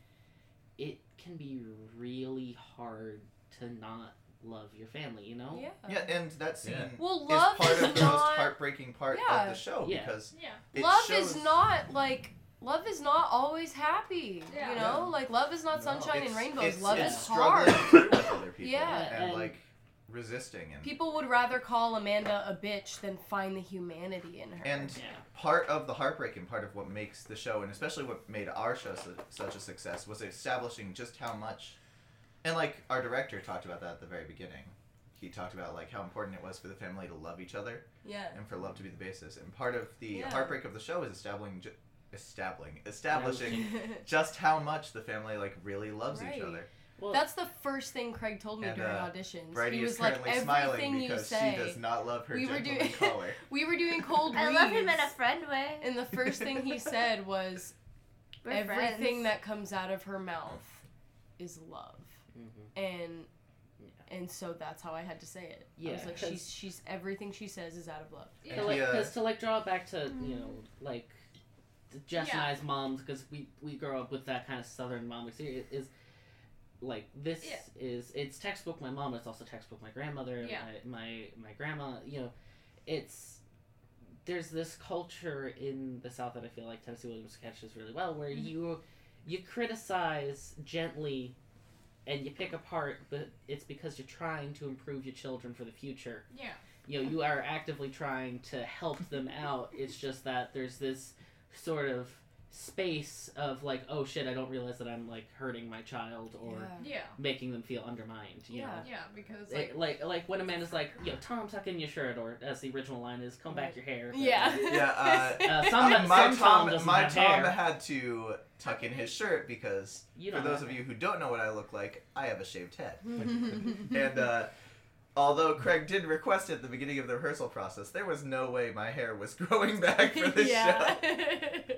[SPEAKER 5] it can be really hard to not love your family, you know?
[SPEAKER 6] Yeah.
[SPEAKER 1] Yeah, and that scene
[SPEAKER 3] Yeah.
[SPEAKER 6] uh, Well,
[SPEAKER 1] is
[SPEAKER 6] love
[SPEAKER 1] part
[SPEAKER 6] is,
[SPEAKER 1] of the most
[SPEAKER 6] not
[SPEAKER 1] heartbreaking part
[SPEAKER 6] Yeah.
[SPEAKER 1] of the show
[SPEAKER 5] Yeah.
[SPEAKER 1] because
[SPEAKER 2] Yeah.
[SPEAKER 1] it
[SPEAKER 6] love
[SPEAKER 1] shows
[SPEAKER 6] is not like love is not always happy.
[SPEAKER 2] Yeah.
[SPEAKER 6] You know,
[SPEAKER 1] Yeah.
[SPEAKER 6] like love is not
[SPEAKER 3] No.
[SPEAKER 6] sunshine
[SPEAKER 1] it's-
[SPEAKER 6] and rainbows.
[SPEAKER 1] it's-
[SPEAKER 6] love
[SPEAKER 1] it's
[SPEAKER 6] is
[SPEAKER 1] struggling
[SPEAKER 6] hard.
[SPEAKER 1] through with other people
[SPEAKER 6] Yeah.
[SPEAKER 1] and,
[SPEAKER 5] And-
[SPEAKER 1] like resisting and
[SPEAKER 6] People would rather call Amanda a bitch than find the humanity in her.
[SPEAKER 1] and
[SPEAKER 5] Yeah.
[SPEAKER 1] part of the heartbreak and part of what makes the show and especially what made our show su- such a success was establishing just how much and like our director talked about that at the very beginning he talked about like how important it was for the family to love each other
[SPEAKER 6] yeah,
[SPEAKER 1] and for love to be the basis and part of the
[SPEAKER 6] Yeah.
[SPEAKER 1] heartbreak of the show is establishing ju- establishing establishing just how much the family like really loves each
[SPEAKER 6] Right.
[SPEAKER 1] other
[SPEAKER 5] Well,
[SPEAKER 6] that's the first thing Craig told me
[SPEAKER 1] And,
[SPEAKER 6] during
[SPEAKER 1] uh,
[SPEAKER 6] auditions.
[SPEAKER 1] Brady
[SPEAKER 6] he
[SPEAKER 1] is
[SPEAKER 6] was like,
[SPEAKER 1] currently
[SPEAKER 6] everything
[SPEAKER 1] smiling
[SPEAKER 6] you
[SPEAKER 1] because
[SPEAKER 6] say.
[SPEAKER 1] she does not love her
[SPEAKER 6] We were
[SPEAKER 1] gentleman
[SPEAKER 6] doing-
[SPEAKER 1] caller
[SPEAKER 6] We were doing cold
[SPEAKER 7] I love him in a
[SPEAKER 6] reads,
[SPEAKER 7] friend way.
[SPEAKER 6] and the first thing he said was,
[SPEAKER 7] We're
[SPEAKER 6] everything
[SPEAKER 7] friends.
[SPEAKER 6] that comes out of her mouth is love
[SPEAKER 5] Mhm.
[SPEAKER 6] and and so that's how i had to say it i
[SPEAKER 5] Yeah,
[SPEAKER 6] was like
[SPEAKER 5] 'cause-
[SPEAKER 6] she's she's everything she says is out of love
[SPEAKER 5] to,
[SPEAKER 2] Yeah.
[SPEAKER 5] like,
[SPEAKER 1] Yeah.
[SPEAKER 5] 'cause to, like, draw it back to, you know, like, to Jess and
[SPEAKER 2] Yeah.
[SPEAKER 5] I's moms, because we, we grow up with that kind of southern mom experience, is, like, this
[SPEAKER 2] Yeah.
[SPEAKER 5] is, it's textbook my mom, it's also textbook my grandmother,
[SPEAKER 2] Yeah.
[SPEAKER 5] my, my, my grandma, you know, it's, there's this culture in the South that I feel like Tennessee Williams catches really well, where
[SPEAKER 2] Mhm.
[SPEAKER 5] you you criticize gently, and you pick apart, but it's because you're trying to improve your children for the future.
[SPEAKER 2] Yeah.
[SPEAKER 5] You know, you are actively trying to help them out. It's just that there's this sort of space of like, oh shit, I don't realize that I'm like hurting my child or
[SPEAKER 2] Yeah.
[SPEAKER 5] making them feel undermined. You know.
[SPEAKER 6] Yeah.
[SPEAKER 2] Yeah. Because
[SPEAKER 5] Like,
[SPEAKER 2] like.
[SPEAKER 5] like like when a man is like, yo, Tom, tuck in your shirt, or as the original line is, comb back
[SPEAKER 6] Right.
[SPEAKER 5] your hair.
[SPEAKER 6] yeah
[SPEAKER 1] Yeah,
[SPEAKER 5] Uh, some,
[SPEAKER 1] Uh, my
[SPEAKER 5] some Tom,
[SPEAKER 1] Tom,
[SPEAKER 5] doesn't
[SPEAKER 1] my
[SPEAKER 5] have
[SPEAKER 1] Tom
[SPEAKER 5] hair.
[SPEAKER 1] had to tuck in his shirt because
[SPEAKER 5] You
[SPEAKER 1] for
[SPEAKER 5] don't
[SPEAKER 1] those
[SPEAKER 5] have
[SPEAKER 1] of you who don't know what I look like, I have a shaved head.
[SPEAKER 6] yeah
[SPEAKER 1] And uh, although Craig did request it at the beginning of the rehearsal process, there was no way my hair was growing back for this show.
[SPEAKER 6] yeah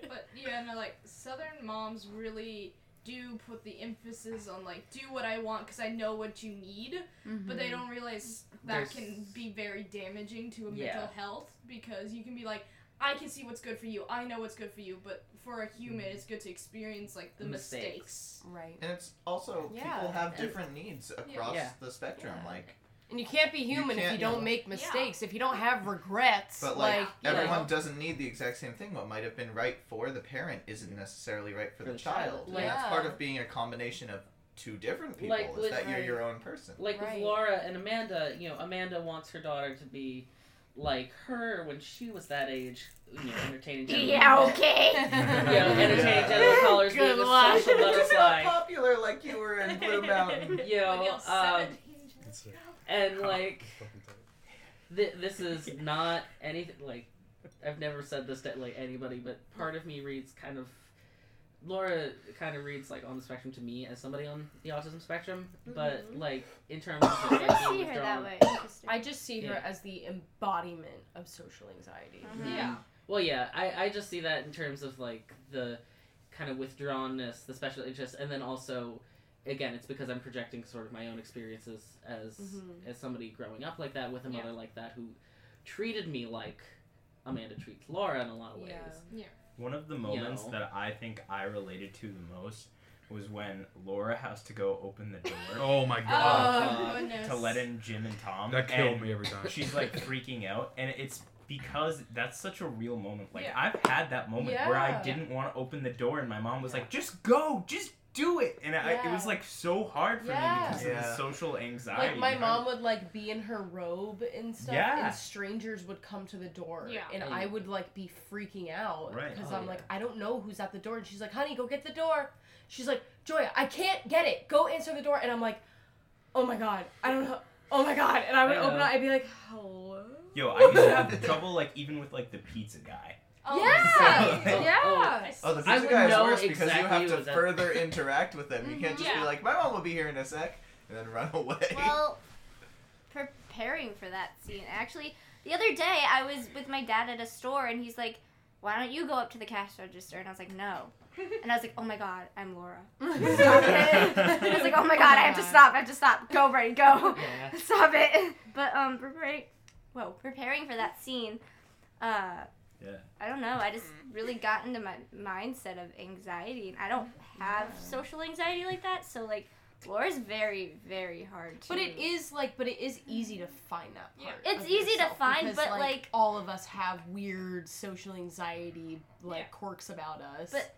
[SPEAKER 2] But yeah, no, like Southern moms really do put the emphasis on like do what I want because I know what you need, but
[SPEAKER 6] Mm-hmm.
[SPEAKER 2] they don't realize that
[SPEAKER 5] There's-
[SPEAKER 2] can be very damaging to a
[SPEAKER 5] Yeah.
[SPEAKER 2] mental health because you can be like. I can see what's good for you. I know what's good for you, but for a human, it's good to experience like the mistakes.
[SPEAKER 5] Mistakes.
[SPEAKER 6] right
[SPEAKER 1] And it's also
[SPEAKER 6] Yeah.
[SPEAKER 1] people have different needs across
[SPEAKER 5] Yeah.
[SPEAKER 1] the spectrum.
[SPEAKER 5] Yeah.
[SPEAKER 1] Like,
[SPEAKER 6] and you can't be human if
[SPEAKER 1] can't-
[SPEAKER 6] you don't
[SPEAKER 1] yeah.
[SPEAKER 6] make mistakes if you don't have regrets
[SPEAKER 1] but like,
[SPEAKER 6] like, you
[SPEAKER 1] everyone
[SPEAKER 6] know.
[SPEAKER 1] doesn't need the exact same thing. What might have been right for the parent isn't necessarily right for, the, child. And that's
[SPEAKER 6] Yeah.
[SPEAKER 1] part of being a combination of two different people.
[SPEAKER 5] Like,
[SPEAKER 1] is that you're
[SPEAKER 6] literally-
[SPEAKER 1] your own person.
[SPEAKER 5] Like
[SPEAKER 6] Right.
[SPEAKER 5] with Laura and Amanda, you know, Amanda wants her daughter to be like her when she was that age, you know, entertaining gentlemen.
[SPEAKER 7] Yeah, okay.
[SPEAKER 5] You know, entertaining
[SPEAKER 1] Yeah.
[SPEAKER 5] gentlemen callers, being
[SPEAKER 6] Good
[SPEAKER 5] a
[SPEAKER 6] luck.
[SPEAKER 5] social butterfly.
[SPEAKER 1] popular like you were in Blue Mountain.
[SPEAKER 5] You know, um,
[SPEAKER 4] That's it.
[SPEAKER 5] and like, th- this is not anything like I've never said this to like anybody, but part of me reads kind of Laura kind of reads like on the spectrum to me as somebody on the autism spectrum, but like in terms of just,
[SPEAKER 7] Mm-hmm. I
[SPEAKER 5] like,
[SPEAKER 7] didn't
[SPEAKER 5] being
[SPEAKER 7] see her that
[SPEAKER 5] withdrawn-
[SPEAKER 7] way.
[SPEAKER 6] i just see her
[SPEAKER 5] Yeah.
[SPEAKER 6] as the embodiment of social anxiety
[SPEAKER 7] Mhm.
[SPEAKER 2] Yeah.
[SPEAKER 5] Well, yeah, I, I just see that in terms of like the kind of withdrawnness, the special interest, and then also, again, it's because I'm projecting sort of my own experiences as
[SPEAKER 6] Mhm.
[SPEAKER 5] as somebody growing up like that with a
[SPEAKER 2] Yeah.
[SPEAKER 5] mother like that who treated me like Amanda treats Laura in a lot of ways.
[SPEAKER 6] Yeah.
[SPEAKER 3] One of the moments
[SPEAKER 5] know.
[SPEAKER 3] that I think I related to the most was when Laura has to go open the door
[SPEAKER 4] Oh my
[SPEAKER 2] Oh,
[SPEAKER 4] god.
[SPEAKER 5] God.
[SPEAKER 2] goodness.
[SPEAKER 3] to let in Jim and Tom.
[SPEAKER 4] that killed
[SPEAKER 3] and
[SPEAKER 4] me every time.
[SPEAKER 3] She's like freaking out, and it's because that's such a real moment. Like
[SPEAKER 2] Yeah.
[SPEAKER 3] I've had that moment where I
[SPEAKER 6] Yeah.
[SPEAKER 3] didn't want to open the door, and my mom was
[SPEAKER 5] Yeah.
[SPEAKER 3] like, "Just go, just do it," and I, it was
[SPEAKER 6] Yeah.
[SPEAKER 3] like so hard for me
[SPEAKER 6] Yeah.
[SPEAKER 3] because of
[SPEAKER 1] Yeah.
[SPEAKER 3] the social anxiety.
[SPEAKER 6] Like my
[SPEAKER 3] behind
[SPEAKER 6] mom would like be in her robe and stuff,
[SPEAKER 3] Yeah.
[SPEAKER 6] and strangers would come to the door,
[SPEAKER 2] Yeah.
[SPEAKER 6] and
[SPEAKER 5] And-
[SPEAKER 6] I would like be freaking out
[SPEAKER 3] Right.
[SPEAKER 6] because
[SPEAKER 5] Oh,
[SPEAKER 6] I'm
[SPEAKER 5] yeah.
[SPEAKER 6] like I don't know who's at the door, and she's like, "Honey, go get the door." She's like, "Joya, I can't get it. Go answer the door," and I'm like, "Oh my god, I don't know." Oh my god! And I would
[SPEAKER 5] I
[SPEAKER 6] open
[SPEAKER 5] know.
[SPEAKER 6] up. I'd be like, "Hello."
[SPEAKER 3] Yo, I used to have trouble like even with like the pizza guy.
[SPEAKER 2] Oh,
[SPEAKER 1] Yeah!
[SPEAKER 2] so-
[SPEAKER 7] yeah.
[SPEAKER 2] I
[SPEAKER 1] Oh, the
[SPEAKER 5] I
[SPEAKER 1] pizza
[SPEAKER 5] would
[SPEAKER 1] guy is
[SPEAKER 5] know
[SPEAKER 1] worse because
[SPEAKER 5] exactly
[SPEAKER 1] you have
[SPEAKER 5] it
[SPEAKER 1] to
[SPEAKER 5] was at-
[SPEAKER 1] further interact with him. You can't just
[SPEAKER 2] Yeah.
[SPEAKER 1] be like, "My mom will be here in a sec," and then run away.
[SPEAKER 7] Well, preparing for that scene. Actually, the other day I was with my dad at a store and he's like, "Why don't you go up to the cash register?" And I was like, "No." And I was like, "Oh my god, I'm Laura." Stop it. And I was like, "Oh my god, I have to stop. I have to stop. Go, Brain, go.
[SPEAKER 5] Yeah.
[SPEAKER 7] Stop it." But um preparing whoa, preparing for that scene uh
[SPEAKER 3] Yeah.
[SPEAKER 7] I don't know. I just really got into my mindset of anxiety, and I don't have social anxiety like that. So like, Laura's very, very hard. To...
[SPEAKER 6] But it is like, but it is easy to find that
[SPEAKER 2] Yeah.
[SPEAKER 6] part.
[SPEAKER 7] It's
[SPEAKER 6] of
[SPEAKER 7] easy to
[SPEAKER 6] yourself
[SPEAKER 7] find,
[SPEAKER 6] because,
[SPEAKER 7] but,
[SPEAKER 6] like,
[SPEAKER 7] like-
[SPEAKER 6] all of us have weird social anxiety like
[SPEAKER 2] Yeah.
[SPEAKER 6] quirks about us.
[SPEAKER 7] But-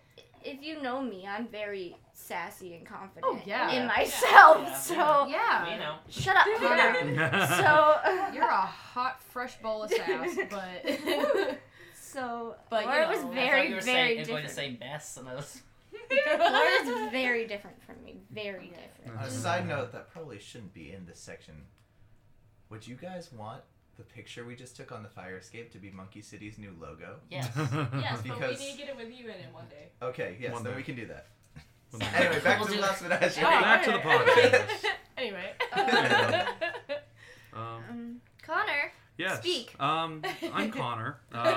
[SPEAKER 7] If you know me, I'm very sassy and confident.
[SPEAKER 6] Oh, yeah.
[SPEAKER 7] In
[SPEAKER 5] Yeah.
[SPEAKER 7] myself,
[SPEAKER 5] Yeah.
[SPEAKER 7] so
[SPEAKER 6] yeah,
[SPEAKER 5] You know.
[SPEAKER 7] shut up, Connor. so,
[SPEAKER 6] You're a hot, fresh bowl of sass, but
[SPEAKER 7] so
[SPEAKER 6] But, you
[SPEAKER 7] Laura
[SPEAKER 6] know,
[SPEAKER 7] was
[SPEAKER 6] I
[SPEAKER 7] very, very different.
[SPEAKER 5] mess, and I was.
[SPEAKER 7] Laura's very different from me. Very
[SPEAKER 6] Yeah.
[SPEAKER 7] different.
[SPEAKER 1] On a side note, that probably shouldn't be in this section. Would you guys want the picture we just took on the fire escape to be Monkey City's new logo?
[SPEAKER 2] Yes,
[SPEAKER 5] Yes.
[SPEAKER 2] but we
[SPEAKER 1] Because-
[SPEAKER 2] need to get it with you in it one day.
[SPEAKER 1] Okay, yes,
[SPEAKER 4] One
[SPEAKER 1] then
[SPEAKER 4] day.
[SPEAKER 1] we can do that.
[SPEAKER 4] One day.
[SPEAKER 1] Anyway, back
[SPEAKER 5] We'll
[SPEAKER 1] to
[SPEAKER 5] do
[SPEAKER 1] the
[SPEAKER 5] that.
[SPEAKER 1] last menagerie.
[SPEAKER 4] Back to the podcast.
[SPEAKER 6] anyway. Oh Mm.
[SPEAKER 4] Um,
[SPEAKER 7] Um, Connor.
[SPEAKER 4] yes.
[SPEAKER 7] Speak.
[SPEAKER 4] Um, I'm Connor. Uh,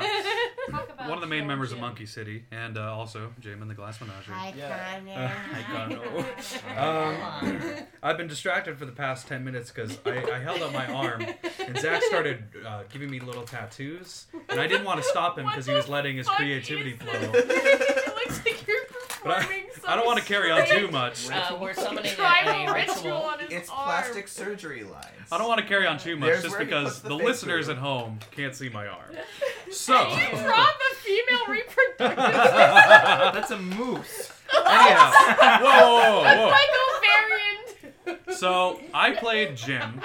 [SPEAKER 2] Talk about
[SPEAKER 4] one of the main
[SPEAKER 2] Joe
[SPEAKER 4] members of
[SPEAKER 2] Jim.
[SPEAKER 4] Monkey City, and uh, also Jim and the Glass Menagerie.
[SPEAKER 3] Yeah.
[SPEAKER 4] Uh, I got no- Um, I've been distracted for the past 10 minutes because I, I held up my arm and Zach started uh, giving me little tattoos. And I didn't want to stop him because he was letting his
[SPEAKER 6] What the
[SPEAKER 4] creativity
[SPEAKER 6] fuck
[SPEAKER 4] flow.
[SPEAKER 6] is this? it looks like you're performing some
[SPEAKER 4] I don't want to carry on
[SPEAKER 6] strange
[SPEAKER 4] too much.
[SPEAKER 5] Uh, we're summoning a,
[SPEAKER 6] tribal
[SPEAKER 5] a
[SPEAKER 6] ritual
[SPEAKER 5] ritual.
[SPEAKER 6] on his
[SPEAKER 1] It's
[SPEAKER 6] arm.
[SPEAKER 1] plastic surgery lines.
[SPEAKER 4] I don't want to carry on too much
[SPEAKER 1] There's
[SPEAKER 4] just
[SPEAKER 1] where he
[SPEAKER 4] because
[SPEAKER 1] puts the
[SPEAKER 4] the,
[SPEAKER 1] thing
[SPEAKER 4] listeners
[SPEAKER 1] through.
[SPEAKER 4] at home can't see my arm.
[SPEAKER 6] And
[SPEAKER 4] So.
[SPEAKER 6] you draw the female reproductive
[SPEAKER 4] Anyhow.
[SPEAKER 3] That's a moose.
[SPEAKER 4] Whoa, whoa, whoa, whoa.
[SPEAKER 6] Michael variant.
[SPEAKER 4] So I played Jim.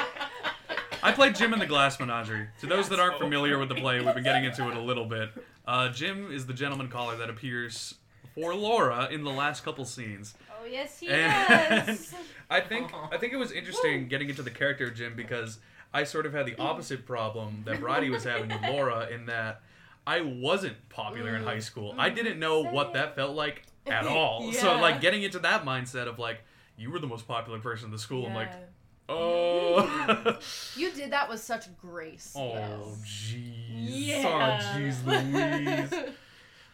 [SPEAKER 4] I played Jim in the Glass Menagerie. To those that aren't familiar with the play, we've been getting into it a little bit. Uh, Jim is the gentleman caller that appears for Laura in the last couple scenes.
[SPEAKER 7] Oh yes,
[SPEAKER 1] Eh.
[SPEAKER 7] he
[SPEAKER 4] And-
[SPEAKER 7] does.
[SPEAKER 4] I think I think it was interesting getting into the character of Jim because I sort of had the opposite problem that Brady was having with Laura in that I wasn't popular in high school. I didn't know what that felt like at all. So
[SPEAKER 6] Yeah.
[SPEAKER 4] like getting into that mindset of like you were the most popular person in the school. I'm like,
[SPEAKER 6] Yeah.
[SPEAKER 4] oh.
[SPEAKER 6] you did that with such grace.
[SPEAKER 4] Oh,
[SPEAKER 6] yes.
[SPEAKER 4] jeez.
[SPEAKER 6] Yeah.
[SPEAKER 4] Oh, jeez Louise.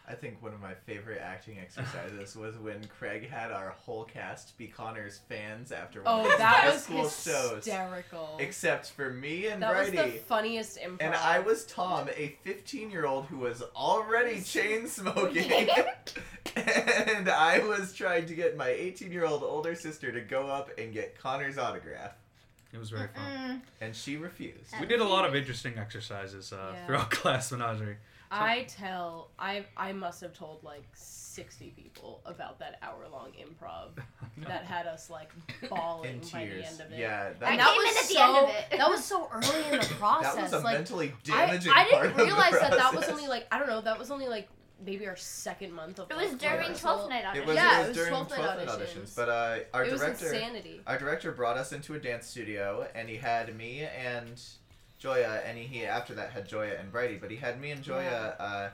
[SPEAKER 1] I think one of my favorite acting exercises was when Craig had our whole cast be Connor's fans after one
[SPEAKER 6] Oh,
[SPEAKER 1] of his
[SPEAKER 6] that
[SPEAKER 1] high
[SPEAKER 6] was
[SPEAKER 1] school shows.
[SPEAKER 6] hysterical.
[SPEAKER 1] Except for me and
[SPEAKER 6] that was
[SPEAKER 1] Brady.
[SPEAKER 6] the funniest improv.
[SPEAKER 1] and I was Tom, a 15 year old who was already chain smoking. and I was trying to get my 18 year old older sister to go up and get Connor's autograph.
[SPEAKER 4] It was very fun.
[SPEAKER 7] Mm,
[SPEAKER 1] And she refused.
[SPEAKER 4] We did a lot of interesting exercises uh,
[SPEAKER 6] Yeah.
[SPEAKER 4] throughout class menagerie.
[SPEAKER 6] I tell I I must have told like sixty people about that hour long improv that had us like
[SPEAKER 1] In
[SPEAKER 6] bawling by the
[SPEAKER 1] tears.
[SPEAKER 6] end of it.
[SPEAKER 1] Yeah,
[SPEAKER 7] I
[SPEAKER 1] that,
[SPEAKER 6] And that
[SPEAKER 7] came
[SPEAKER 6] was
[SPEAKER 7] in at the
[SPEAKER 6] so
[SPEAKER 7] end of it.
[SPEAKER 6] that was so early in the process.
[SPEAKER 1] that was a
[SPEAKER 6] like
[SPEAKER 1] mentally
[SPEAKER 6] I,
[SPEAKER 1] damaging
[SPEAKER 6] I
[SPEAKER 1] part
[SPEAKER 6] didn't
[SPEAKER 1] of the
[SPEAKER 6] realize that that was
[SPEAKER 1] process.
[SPEAKER 6] only like I don't know that was only like maybe our second month of.
[SPEAKER 7] It
[SPEAKER 6] like,
[SPEAKER 7] was during
[SPEAKER 6] rehearsal.
[SPEAKER 7] twelfth night audition.
[SPEAKER 1] It was,
[SPEAKER 6] Uh, Yeah,
[SPEAKER 1] it was
[SPEAKER 6] it was
[SPEAKER 1] during
[SPEAKER 6] 12th
[SPEAKER 1] 12th
[SPEAKER 6] night
[SPEAKER 1] night auditions.
[SPEAKER 6] auditions.
[SPEAKER 1] But uh, our
[SPEAKER 6] It was
[SPEAKER 1] director uh,
[SPEAKER 6] insanity.
[SPEAKER 1] our director brought us into a dance studio and he had me and Joya and he after that had Joya and Brady, but he had me and Joya uh,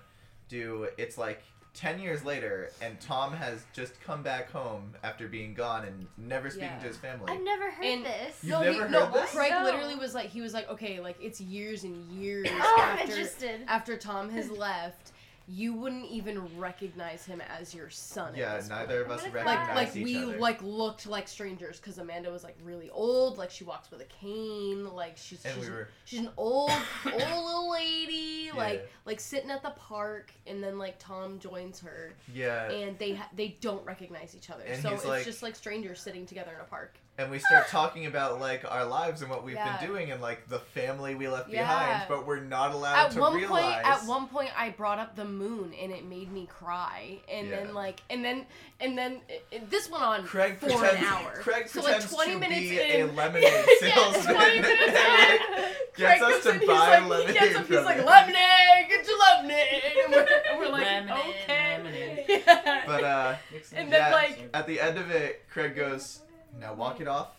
[SPEAKER 1] do it's like 10 years later and Tom has just come back home after being gone and never speaking
[SPEAKER 6] Yeah.
[SPEAKER 1] to his family.
[SPEAKER 7] I've never heard
[SPEAKER 6] And-
[SPEAKER 7] this.
[SPEAKER 1] You've
[SPEAKER 6] no, he-
[SPEAKER 1] never
[SPEAKER 6] no,
[SPEAKER 1] heard this?
[SPEAKER 6] Craig
[SPEAKER 7] No.
[SPEAKER 6] literally was like, he was like, okay, like it's years and years
[SPEAKER 7] Oh, I'm
[SPEAKER 6] after
[SPEAKER 7] interested.
[SPEAKER 6] after Tom has left, you wouldn't even recognize him as your son. at
[SPEAKER 1] Yeah,
[SPEAKER 6] this point.
[SPEAKER 1] neither of us
[SPEAKER 7] What if I-
[SPEAKER 1] recognize
[SPEAKER 6] Like, like
[SPEAKER 1] each
[SPEAKER 6] we
[SPEAKER 1] other.
[SPEAKER 6] like looked like strangers because Amanda was like really old, like she walks with a cane, like she's
[SPEAKER 1] and
[SPEAKER 6] she's,
[SPEAKER 1] we were
[SPEAKER 6] she's an old old little lady,
[SPEAKER 1] Yeah.
[SPEAKER 6] like like sitting at the park, and then like Tom joins her,
[SPEAKER 1] yeah,
[SPEAKER 6] and they ha- they don't recognize each other,
[SPEAKER 1] Uh, And
[SPEAKER 6] so
[SPEAKER 1] he's
[SPEAKER 6] it's
[SPEAKER 1] like-
[SPEAKER 6] just like strangers sitting together in a park.
[SPEAKER 1] and we start talking about like our lives and what we've
[SPEAKER 6] Yeah.
[SPEAKER 1] been doing and like the family we left
[SPEAKER 6] Yeah.
[SPEAKER 1] behind, but we're not allowed
[SPEAKER 6] at
[SPEAKER 1] to
[SPEAKER 6] one
[SPEAKER 1] realize.
[SPEAKER 6] point at one point i brought up the moon and it made me cry and
[SPEAKER 1] Yeah.
[SPEAKER 6] then like and then and then it, it- this went on
[SPEAKER 1] Craig
[SPEAKER 6] for
[SPEAKER 1] pretends,
[SPEAKER 6] an hour
[SPEAKER 1] Craig
[SPEAKER 6] so like
[SPEAKER 1] pretends
[SPEAKER 6] 20
[SPEAKER 1] to
[SPEAKER 6] minutes
[SPEAKER 1] be
[SPEAKER 6] in
[SPEAKER 1] a lemonade salesman.
[SPEAKER 6] yeah, 20 minutes
[SPEAKER 1] and,
[SPEAKER 6] in,
[SPEAKER 1] like,
[SPEAKER 6] Craig
[SPEAKER 1] gets us
[SPEAKER 6] comes
[SPEAKER 1] to
[SPEAKER 6] in, he's
[SPEAKER 1] buy
[SPEAKER 6] like,
[SPEAKER 1] lemonade
[SPEAKER 6] He gets up,
[SPEAKER 1] from
[SPEAKER 6] he's like,
[SPEAKER 1] him.
[SPEAKER 6] lemonade, get your lemonade. And we're, and we're like,
[SPEAKER 5] Lemonade,
[SPEAKER 6] okay.
[SPEAKER 5] lemonade.
[SPEAKER 6] Yeah.
[SPEAKER 1] But uh,
[SPEAKER 6] and
[SPEAKER 1] yeah,
[SPEAKER 6] then, like,
[SPEAKER 1] at the end of it, Craig goes, "Now walk it off.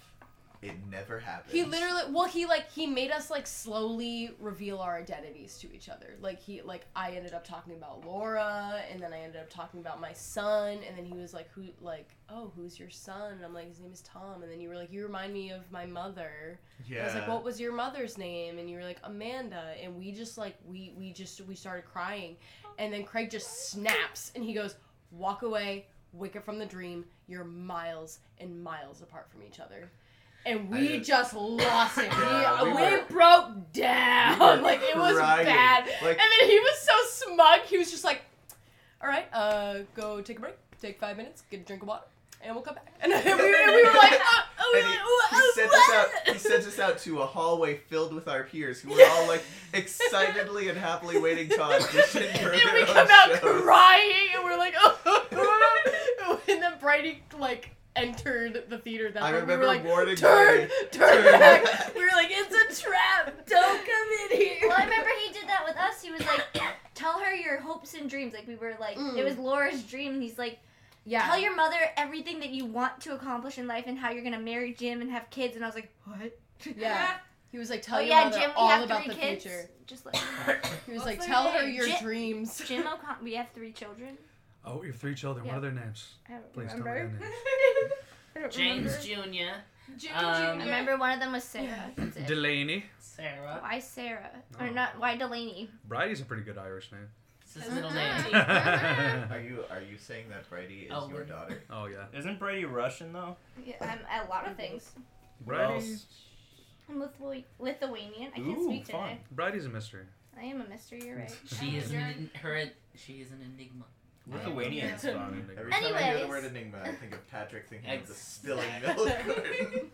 [SPEAKER 1] It never happened."
[SPEAKER 6] He literally, well, he like he made us like slowly reveal our identities to each other. Like he, like I ended up talking about Laura, and then I ended up talking about my son, and then he was like, "Who, like, oh, who's your son?" And I'm like, "His name is Tom." And then you were like, "You remind me of my mother."
[SPEAKER 1] Yeah.
[SPEAKER 6] I was like, "What was your mother's name?" And you were like, "Amanda." And we just like we we just we started crying, and then Craig just snaps and he goes, "Walk away, wake up from the dream. You're miles and miles apart from each other." And
[SPEAKER 1] I
[SPEAKER 6] we
[SPEAKER 1] did-
[SPEAKER 6] just lost it.
[SPEAKER 1] Yeah,
[SPEAKER 6] we,
[SPEAKER 1] we
[SPEAKER 6] we
[SPEAKER 1] were-
[SPEAKER 6] broke down.
[SPEAKER 1] we were
[SPEAKER 6] like it was
[SPEAKER 1] crying.
[SPEAKER 6] bad.
[SPEAKER 1] Like-
[SPEAKER 6] and then he was so smug. He was just like, "All right, uh, go take a break. Take five minutes. Get a drink of water." And we'll come back. And we, and we were like, oh, oh,
[SPEAKER 1] And he,
[SPEAKER 6] oh,
[SPEAKER 1] he
[SPEAKER 6] oh,
[SPEAKER 1] sent us
[SPEAKER 6] what?
[SPEAKER 1] out. He sent us out to a hallway filled with our peers, who were all like excitedly and happily waiting to audition for
[SPEAKER 6] and
[SPEAKER 1] their
[SPEAKER 6] we
[SPEAKER 1] own
[SPEAKER 6] come out
[SPEAKER 1] shows.
[SPEAKER 6] crying and we're like oh and then Brady like entered the theater that
[SPEAKER 1] I
[SPEAKER 6] night.
[SPEAKER 1] remember
[SPEAKER 6] we were like
[SPEAKER 1] warning
[SPEAKER 6] turn
[SPEAKER 1] Brady.
[SPEAKER 6] turn
[SPEAKER 1] Turn
[SPEAKER 6] back
[SPEAKER 1] back."
[SPEAKER 6] we were like it's a trap don't come in here
[SPEAKER 7] Well, I remember he did that with us. He was like, "Tell her your hopes and dreams." Like we were like,
[SPEAKER 6] Mm.
[SPEAKER 7] it was Laura's dream. And he's like,
[SPEAKER 6] yeah
[SPEAKER 7] "Tell your mother everything that you want to accomplish in life and how you're gonna marry Jim and have kids." And I was like, "What?"
[SPEAKER 6] Yeah. he was like tell
[SPEAKER 7] oh
[SPEAKER 6] your
[SPEAKER 7] yeah,
[SPEAKER 6] mother
[SPEAKER 7] Jim, we
[SPEAKER 6] all
[SPEAKER 7] have
[SPEAKER 6] about
[SPEAKER 7] three
[SPEAKER 6] the
[SPEAKER 7] kids.
[SPEAKER 6] future
[SPEAKER 7] Just like
[SPEAKER 6] he was
[SPEAKER 2] What's
[SPEAKER 6] like
[SPEAKER 2] her
[SPEAKER 6] tell her
[SPEAKER 2] name?
[SPEAKER 6] your
[SPEAKER 7] Jim-
[SPEAKER 6] dreams
[SPEAKER 7] Jim O'Connor. We have three children.
[SPEAKER 4] Oh, we have three children. What
[SPEAKER 7] Yeah.
[SPEAKER 4] are their names?
[SPEAKER 7] I don't
[SPEAKER 4] Please tell me their
[SPEAKER 7] remember.
[SPEAKER 4] names.
[SPEAKER 7] I don't
[SPEAKER 5] James
[SPEAKER 7] remember.
[SPEAKER 5] Jr.,
[SPEAKER 2] Jim
[SPEAKER 5] Um,
[SPEAKER 7] I
[SPEAKER 2] Jr.
[SPEAKER 7] remember one of them was Sarah. That's it.
[SPEAKER 4] Delaney.
[SPEAKER 5] Sarah.
[SPEAKER 7] why Sarah?
[SPEAKER 4] Oh.
[SPEAKER 7] Or not? Why Delaney?
[SPEAKER 4] Brady's a pretty good Irish name.
[SPEAKER 5] It's his middle name.
[SPEAKER 1] Are
[SPEAKER 4] oh
[SPEAKER 1] you are you saying that Brady is
[SPEAKER 5] Oh,
[SPEAKER 1] your
[SPEAKER 5] we're-
[SPEAKER 1] daughter?
[SPEAKER 4] yeah.
[SPEAKER 3] Isn't Brady Russian though?
[SPEAKER 7] Yeah, I'm a lot of things.
[SPEAKER 4] Brady's
[SPEAKER 7] I'm Lithu- Lithuanian. I can't
[SPEAKER 3] Ooh,
[SPEAKER 7] speak today.
[SPEAKER 3] fun.
[SPEAKER 4] Brady's a mystery.
[SPEAKER 7] I am a mystery. You're right.
[SPEAKER 5] She is an her. She is an enigma.
[SPEAKER 3] Lithuanian's fun.
[SPEAKER 1] Every time I hear the
[SPEAKER 7] Anyways.
[SPEAKER 1] word enigma, I think of Patrick thinking of the
[SPEAKER 5] Ex-
[SPEAKER 1] spilling milk carton.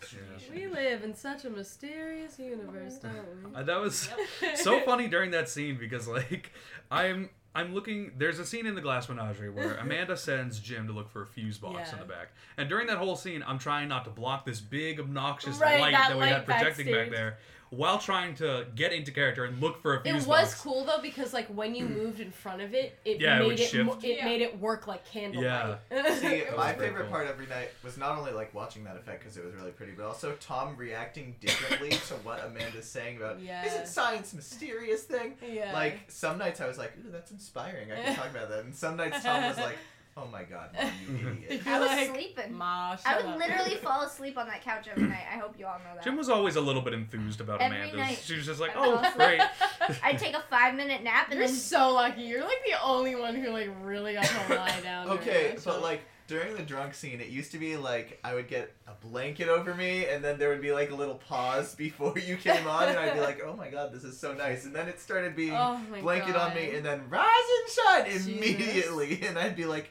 [SPEAKER 5] Masturbation.
[SPEAKER 6] we live in such a mysterious universe don't we
[SPEAKER 4] Uh, that was so funny during that scene because like I'm I'm looking there's a scene in the glass menagerie where Amanda sends Jim to look for a fuse box in
[SPEAKER 6] Yeah.
[SPEAKER 4] the back. And during that whole scene I'm trying not to block this big obnoxious
[SPEAKER 6] Right,
[SPEAKER 4] light
[SPEAKER 6] that
[SPEAKER 4] that we
[SPEAKER 6] light
[SPEAKER 4] had projecting back
[SPEAKER 6] backstage.
[SPEAKER 4] there while trying to get into character and look for a
[SPEAKER 6] It
[SPEAKER 4] fuse
[SPEAKER 6] was
[SPEAKER 4] box.
[SPEAKER 6] cool though because like when
[SPEAKER 1] Mm.
[SPEAKER 6] you moved in front of it, it
[SPEAKER 4] Yeah, it would
[SPEAKER 6] made it, mo-
[SPEAKER 4] shift.
[SPEAKER 6] it
[SPEAKER 2] Yeah.
[SPEAKER 6] made it work like candlelight.
[SPEAKER 1] See,
[SPEAKER 6] It was
[SPEAKER 1] my
[SPEAKER 4] pretty
[SPEAKER 1] favorite
[SPEAKER 4] cool.
[SPEAKER 1] part every night was not only like watching that effect because it was really pretty, but also Tom reacting differently to what Amanda's saying about
[SPEAKER 6] Yeah.
[SPEAKER 1] isn't science mysterious thing.
[SPEAKER 6] Yeah.
[SPEAKER 1] Like some nights I was like, "Ooh, that's inspiring. I can talk about that." And some nights Tom was like, "Oh my god, Mom, you idiot."
[SPEAKER 7] I was
[SPEAKER 6] Like,
[SPEAKER 7] sleeping.
[SPEAKER 6] Ma,
[SPEAKER 7] I
[SPEAKER 6] shut
[SPEAKER 7] would
[SPEAKER 6] up."
[SPEAKER 7] literally fall asleep on that couch every night. I hope you all know that.
[SPEAKER 4] Jim was always a little bit enthused about
[SPEAKER 7] Every
[SPEAKER 4] Amanda's.
[SPEAKER 7] night.
[SPEAKER 4] She was just like,
[SPEAKER 7] I
[SPEAKER 4] "Oh,
[SPEAKER 7] fell asleep.
[SPEAKER 4] great."
[SPEAKER 7] I'd take a five minute nap and
[SPEAKER 6] You're
[SPEAKER 7] then
[SPEAKER 6] so lucky. You're like the only one who like really got to lie down. during
[SPEAKER 1] Okay,
[SPEAKER 6] that show.
[SPEAKER 1] but like during the drunk scene, it used to be like I would get a blanket over me, and then there would be like a little pause before you came on, and I'd be like, "Oh my god, this is so nice." And then it started being
[SPEAKER 6] oh my
[SPEAKER 1] blanket
[SPEAKER 6] God.
[SPEAKER 1] on me, and then rise and shine
[SPEAKER 6] Jesus.
[SPEAKER 1] immediately, and I'd be like,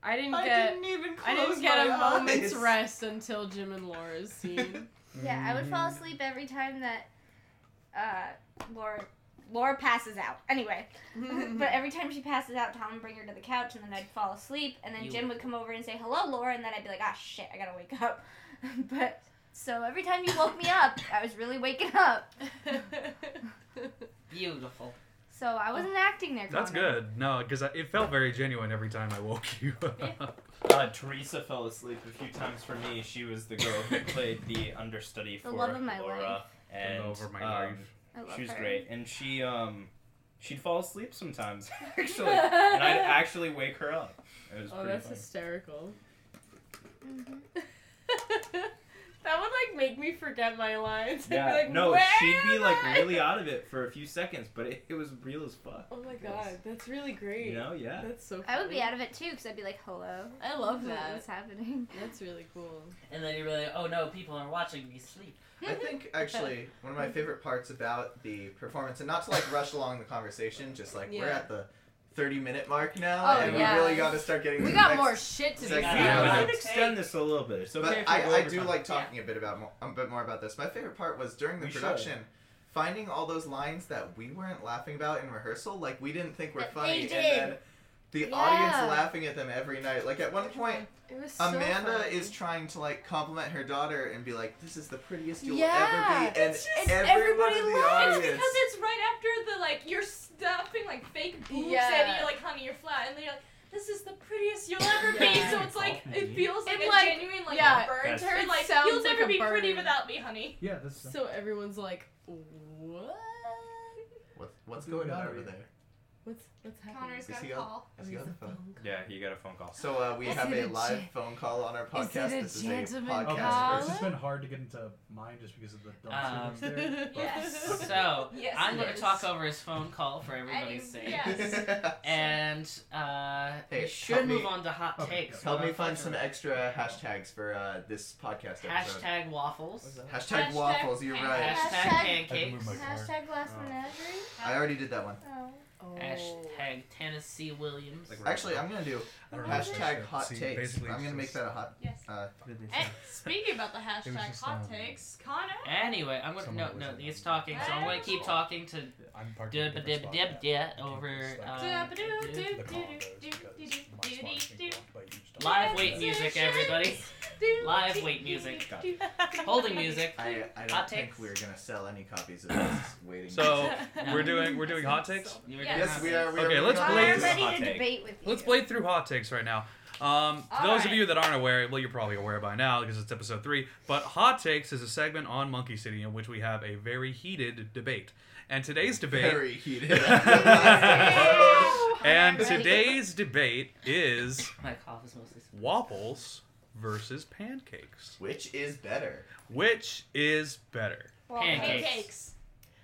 [SPEAKER 6] I didn't
[SPEAKER 1] "I
[SPEAKER 6] get.
[SPEAKER 1] didn't even
[SPEAKER 6] I
[SPEAKER 1] close
[SPEAKER 6] didn't get a
[SPEAKER 1] my
[SPEAKER 6] moment's
[SPEAKER 1] eyes."
[SPEAKER 6] rest until Jim and Laura's scene.
[SPEAKER 7] yeah, I would
[SPEAKER 4] Mm-hmm.
[SPEAKER 7] fall asleep every time that uh, Laura Laura passes out. Anyway, but every time she passes out, Tom would bring her to the couch and then I'd fall asleep and then
[SPEAKER 5] You
[SPEAKER 7] Jim
[SPEAKER 5] would-
[SPEAKER 7] would come over and say hello, Laura, and then I'd be like, ah shit, I gotta wake up. but so every time you woke me up, I was really waking up.
[SPEAKER 5] Beautiful.
[SPEAKER 7] So I wasn't acting there.
[SPEAKER 4] Oh, That's
[SPEAKER 7] Connor.
[SPEAKER 4] good. No, because it felt very genuine every time I woke you. up.
[SPEAKER 3] Uh, Teresa fell asleep a few times for me. She was the girl who played the understudy for
[SPEAKER 7] The love of my
[SPEAKER 3] Laura,
[SPEAKER 7] life.
[SPEAKER 3] and
[SPEAKER 4] over my
[SPEAKER 3] um,
[SPEAKER 4] life.
[SPEAKER 7] I love
[SPEAKER 3] she was
[SPEAKER 7] her.
[SPEAKER 3] great, and she um, she'd fall asleep sometimes actually, and I'd actually wake her up. It was
[SPEAKER 6] oh,
[SPEAKER 3] pretty
[SPEAKER 6] that's
[SPEAKER 7] Mm-hmm.
[SPEAKER 3] funny.
[SPEAKER 6] hysterical.
[SPEAKER 7] Mhm.
[SPEAKER 6] That would like make me forget my lines. I'd
[SPEAKER 3] Yeah,
[SPEAKER 6] be like,
[SPEAKER 3] no,
[SPEAKER 6] Where
[SPEAKER 3] she'd be
[SPEAKER 6] am
[SPEAKER 3] like
[SPEAKER 6] I?"
[SPEAKER 3] really out of it for a few seconds, but it, it was real as fuck.
[SPEAKER 6] Oh my god, that's really great.
[SPEAKER 3] You know, yeah.
[SPEAKER 6] That's so. Funny.
[SPEAKER 7] I would be out of it too because I'd be like, hello.
[SPEAKER 6] I love that.
[SPEAKER 7] What's happening?
[SPEAKER 6] That's really cool.
[SPEAKER 5] And then you're really, oh no, people are watching me sleep.
[SPEAKER 1] I think actually one of my favorite parts about the performance, and not to like rush along the conversation, just like we're
[SPEAKER 6] Yeah.
[SPEAKER 1] at the thirty minute mark now,
[SPEAKER 6] Oh,
[SPEAKER 1] and
[SPEAKER 6] yeah.
[SPEAKER 1] we really got to start getting.
[SPEAKER 6] We
[SPEAKER 1] to the
[SPEAKER 6] got
[SPEAKER 1] next-
[SPEAKER 6] more shit to
[SPEAKER 1] It's
[SPEAKER 6] do.
[SPEAKER 1] like,
[SPEAKER 3] We
[SPEAKER 1] Yeah.
[SPEAKER 3] can
[SPEAKER 1] Yeah.
[SPEAKER 3] extend this a little bit. It's okay
[SPEAKER 1] But
[SPEAKER 3] if we go
[SPEAKER 1] I, I
[SPEAKER 3] over
[SPEAKER 1] do
[SPEAKER 3] time.
[SPEAKER 1] like talking a bit about mo- a bit more about this. My favorite part was during the
[SPEAKER 3] We should.
[SPEAKER 1] production, finding all those lines that we weren't laughing about in rehearsal, like we didn't think were
[SPEAKER 7] That they
[SPEAKER 1] funny,
[SPEAKER 7] did.
[SPEAKER 1] and then the
[SPEAKER 7] Yeah.
[SPEAKER 1] audience laughing at them every night. Like at one point,
[SPEAKER 6] It was so
[SPEAKER 1] Amanda
[SPEAKER 6] funny.
[SPEAKER 1] is trying to like compliment her daughter and be like, "This is the prettiest you'll
[SPEAKER 7] Yeah.
[SPEAKER 1] ever be," and
[SPEAKER 2] It's
[SPEAKER 1] everyone
[SPEAKER 2] just-
[SPEAKER 7] everybody
[SPEAKER 1] in the
[SPEAKER 2] It's
[SPEAKER 1] audience.
[SPEAKER 2] because it's right after the like you're stuffing like fake boobs in, and
[SPEAKER 6] Yeah.
[SPEAKER 2] you're like, honey, you're flat, and they're like, this is the prettiest you'll ever be.
[SPEAKER 6] Yeah.
[SPEAKER 2] So it's like it feels like
[SPEAKER 6] It,
[SPEAKER 2] a
[SPEAKER 6] like-
[SPEAKER 2] genuine like
[SPEAKER 6] yeah,
[SPEAKER 2] burn
[SPEAKER 3] That's-
[SPEAKER 2] to her.
[SPEAKER 6] it
[SPEAKER 2] Like
[SPEAKER 6] sounds
[SPEAKER 2] you'll
[SPEAKER 6] like
[SPEAKER 2] never
[SPEAKER 6] a
[SPEAKER 2] be pretty
[SPEAKER 6] burn.
[SPEAKER 2] without me, honey.
[SPEAKER 3] Yeah, that's
[SPEAKER 6] So everyone's like, what?
[SPEAKER 1] What, what's going on over there?
[SPEAKER 6] What's what's happening?
[SPEAKER 2] Connor's got a
[SPEAKER 1] he up?
[SPEAKER 2] call.
[SPEAKER 1] Is he on the phone?
[SPEAKER 3] yeah. You got a phone call.
[SPEAKER 1] So uh, we
[SPEAKER 6] Is
[SPEAKER 1] have
[SPEAKER 6] it
[SPEAKER 1] a
[SPEAKER 6] a
[SPEAKER 1] live
[SPEAKER 6] gen-
[SPEAKER 1] phone call on our podcast.
[SPEAKER 6] it a
[SPEAKER 1] this is a
[SPEAKER 6] gentleman
[SPEAKER 1] podcast.
[SPEAKER 6] call?
[SPEAKER 8] it's
[SPEAKER 1] version.
[SPEAKER 8] just been hard to get into mine just because of the dumb
[SPEAKER 5] Um,
[SPEAKER 8] shit that's there.
[SPEAKER 5] Yes. So
[SPEAKER 2] Yes,
[SPEAKER 5] I'm
[SPEAKER 2] it
[SPEAKER 5] going to
[SPEAKER 2] is.
[SPEAKER 5] talk over his phone call for everybody's
[SPEAKER 2] And-
[SPEAKER 5] sake.
[SPEAKER 2] Yes.
[SPEAKER 5] And uh,
[SPEAKER 1] Hey,
[SPEAKER 5] we should
[SPEAKER 1] help me-
[SPEAKER 5] move on to hot
[SPEAKER 8] Okay,
[SPEAKER 5] takes.
[SPEAKER 1] Help
[SPEAKER 5] We're
[SPEAKER 1] me
[SPEAKER 5] on
[SPEAKER 1] find
[SPEAKER 5] fucking-
[SPEAKER 1] some extra hashtags for uh, this podcast episode.
[SPEAKER 5] hashtag waffles.
[SPEAKER 1] Hashtag,
[SPEAKER 2] Hashtag
[SPEAKER 1] waffles. You're right.
[SPEAKER 5] Hashtag
[SPEAKER 7] Hashtag-
[SPEAKER 8] I can move
[SPEAKER 5] pancakes.
[SPEAKER 8] my car.
[SPEAKER 7] Hashtag last
[SPEAKER 3] Oh.
[SPEAKER 7] menagerie.
[SPEAKER 1] I already did that one.
[SPEAKER 7] Oh.
[SPEAKER 6] Oh.
[SPEAKER 5] Hashtag Tennessee Williams.
[SPEAKER 3] Like,
[SPEAKER 1] Actually, I'm gonna do
[SPEAKER 8] I don't know if I
[SPEAKER 1] hashtag
[SPEAKER 8] should.
[SPEAKER 1] hot
[SPEAKER 8] See,
[SPEAKER 1] takes.
[SPEAKER 8] basically
[SPEAKER 1] I'm gonna
[SPEAKER 8] it's
[SPEAKER 1] make
[SPEAKER 8] just-
[SPEAKER 1] that a hot.
[SPEAKER 2] Yes.
[SPEAKER 1] Uh,
[SPEAKER 2] And speaking about the
[SPEAKER 8] was
[SPEAKER 2] hashtag
[SPEAKER 8] just,
[SPEAKER 2] hot
[SPEAKER 8] um,
[SPEAKER 2] takes, Connor.
[SPEAKER 5] Anyway, I'm going to
[SPEAKER 8] Someone
[SPEAKER 5] no no
[SPEAKER 8] was-
[SPEAKER 5] he's talking, so I'm going to keep talking to
[SPEAKER 8] I'm parked in a
[SPEAKER 5] dib
[SPEAKER 8] different
[SPEAKER 5] dib
[SPEAKER 8] spot
[SPEAKER 5] dib
[SPEAKER 8] now.
[SPEAKER 5] dib
[SPEAKER 8] I can't
[SPEAKER 5] over
[SPEAKER 8] just, like,
[SPEAKER 5] um,
[SPEAKER 8] the car goes because my spot is being blocked by a huge dog.
[SPEAKER 5] live weight music. Everybody, live weight music. Holding music.
[SPEAKER 1] I, I don't
[SPEAKER 5] Hot
[SPEAKER 1] think
[SPEAKER 5] takes.
[SPEAKER 1] we're gonna sell any copies of this. Waiting.
[SPEAKER 4] So we're doing we're doing hot takes.
[SPEAKER 5] You were
[SPEAKER 2] Yes.
[SPEAKER 5] doing
[SPEAKER 1] yes,
[SPEAKER 5] hot
[SPEAKER 1] we
[SPEAKER 5] takes.
[SPEAKER 1] are. We
[SPEAKER 4] Okay,
[SPEAKER 1] are
[SPEAKER 4] let's
[SPEAKER 1] moving on
[SPEAKER 4] blaze-
[SPEAKER 1] to the
[SPEAKER 7] I'm ready
[SPEAKER 1] hot
[SPEAKER 7] to
[SPEAKER 1] take.
[SPEAKER 7] debate with you.
[SPEAKER 4] Let's blade through hot takes right now. Um,
[SPEAKER 2] All
[SPEAKER 4] those of
[SPEAKER 2] right.
[SPEAKER 4] you that aren't aware, well, you're probably aware by now because it's episode three. But hot takes is a segment on Monkey City in which we have a very heated debate, and today's debate
[SPEAKER 1] Very heated.
[SPEAKER 4] and
[SPEAKER 7] I'm ready.
[SPEAKER 4] today's debate is
[SPEAKER 5] My cough is mostly.
[SPEAKER 4] waffles versus pancakes.
[SPEAKER 1] Which is better?
[SPEAKER 4] Which is better?
[SPEAKER 7] Well,
[SPEAKER 5] Pancakes.
[SPEAKER 2] Pancakes.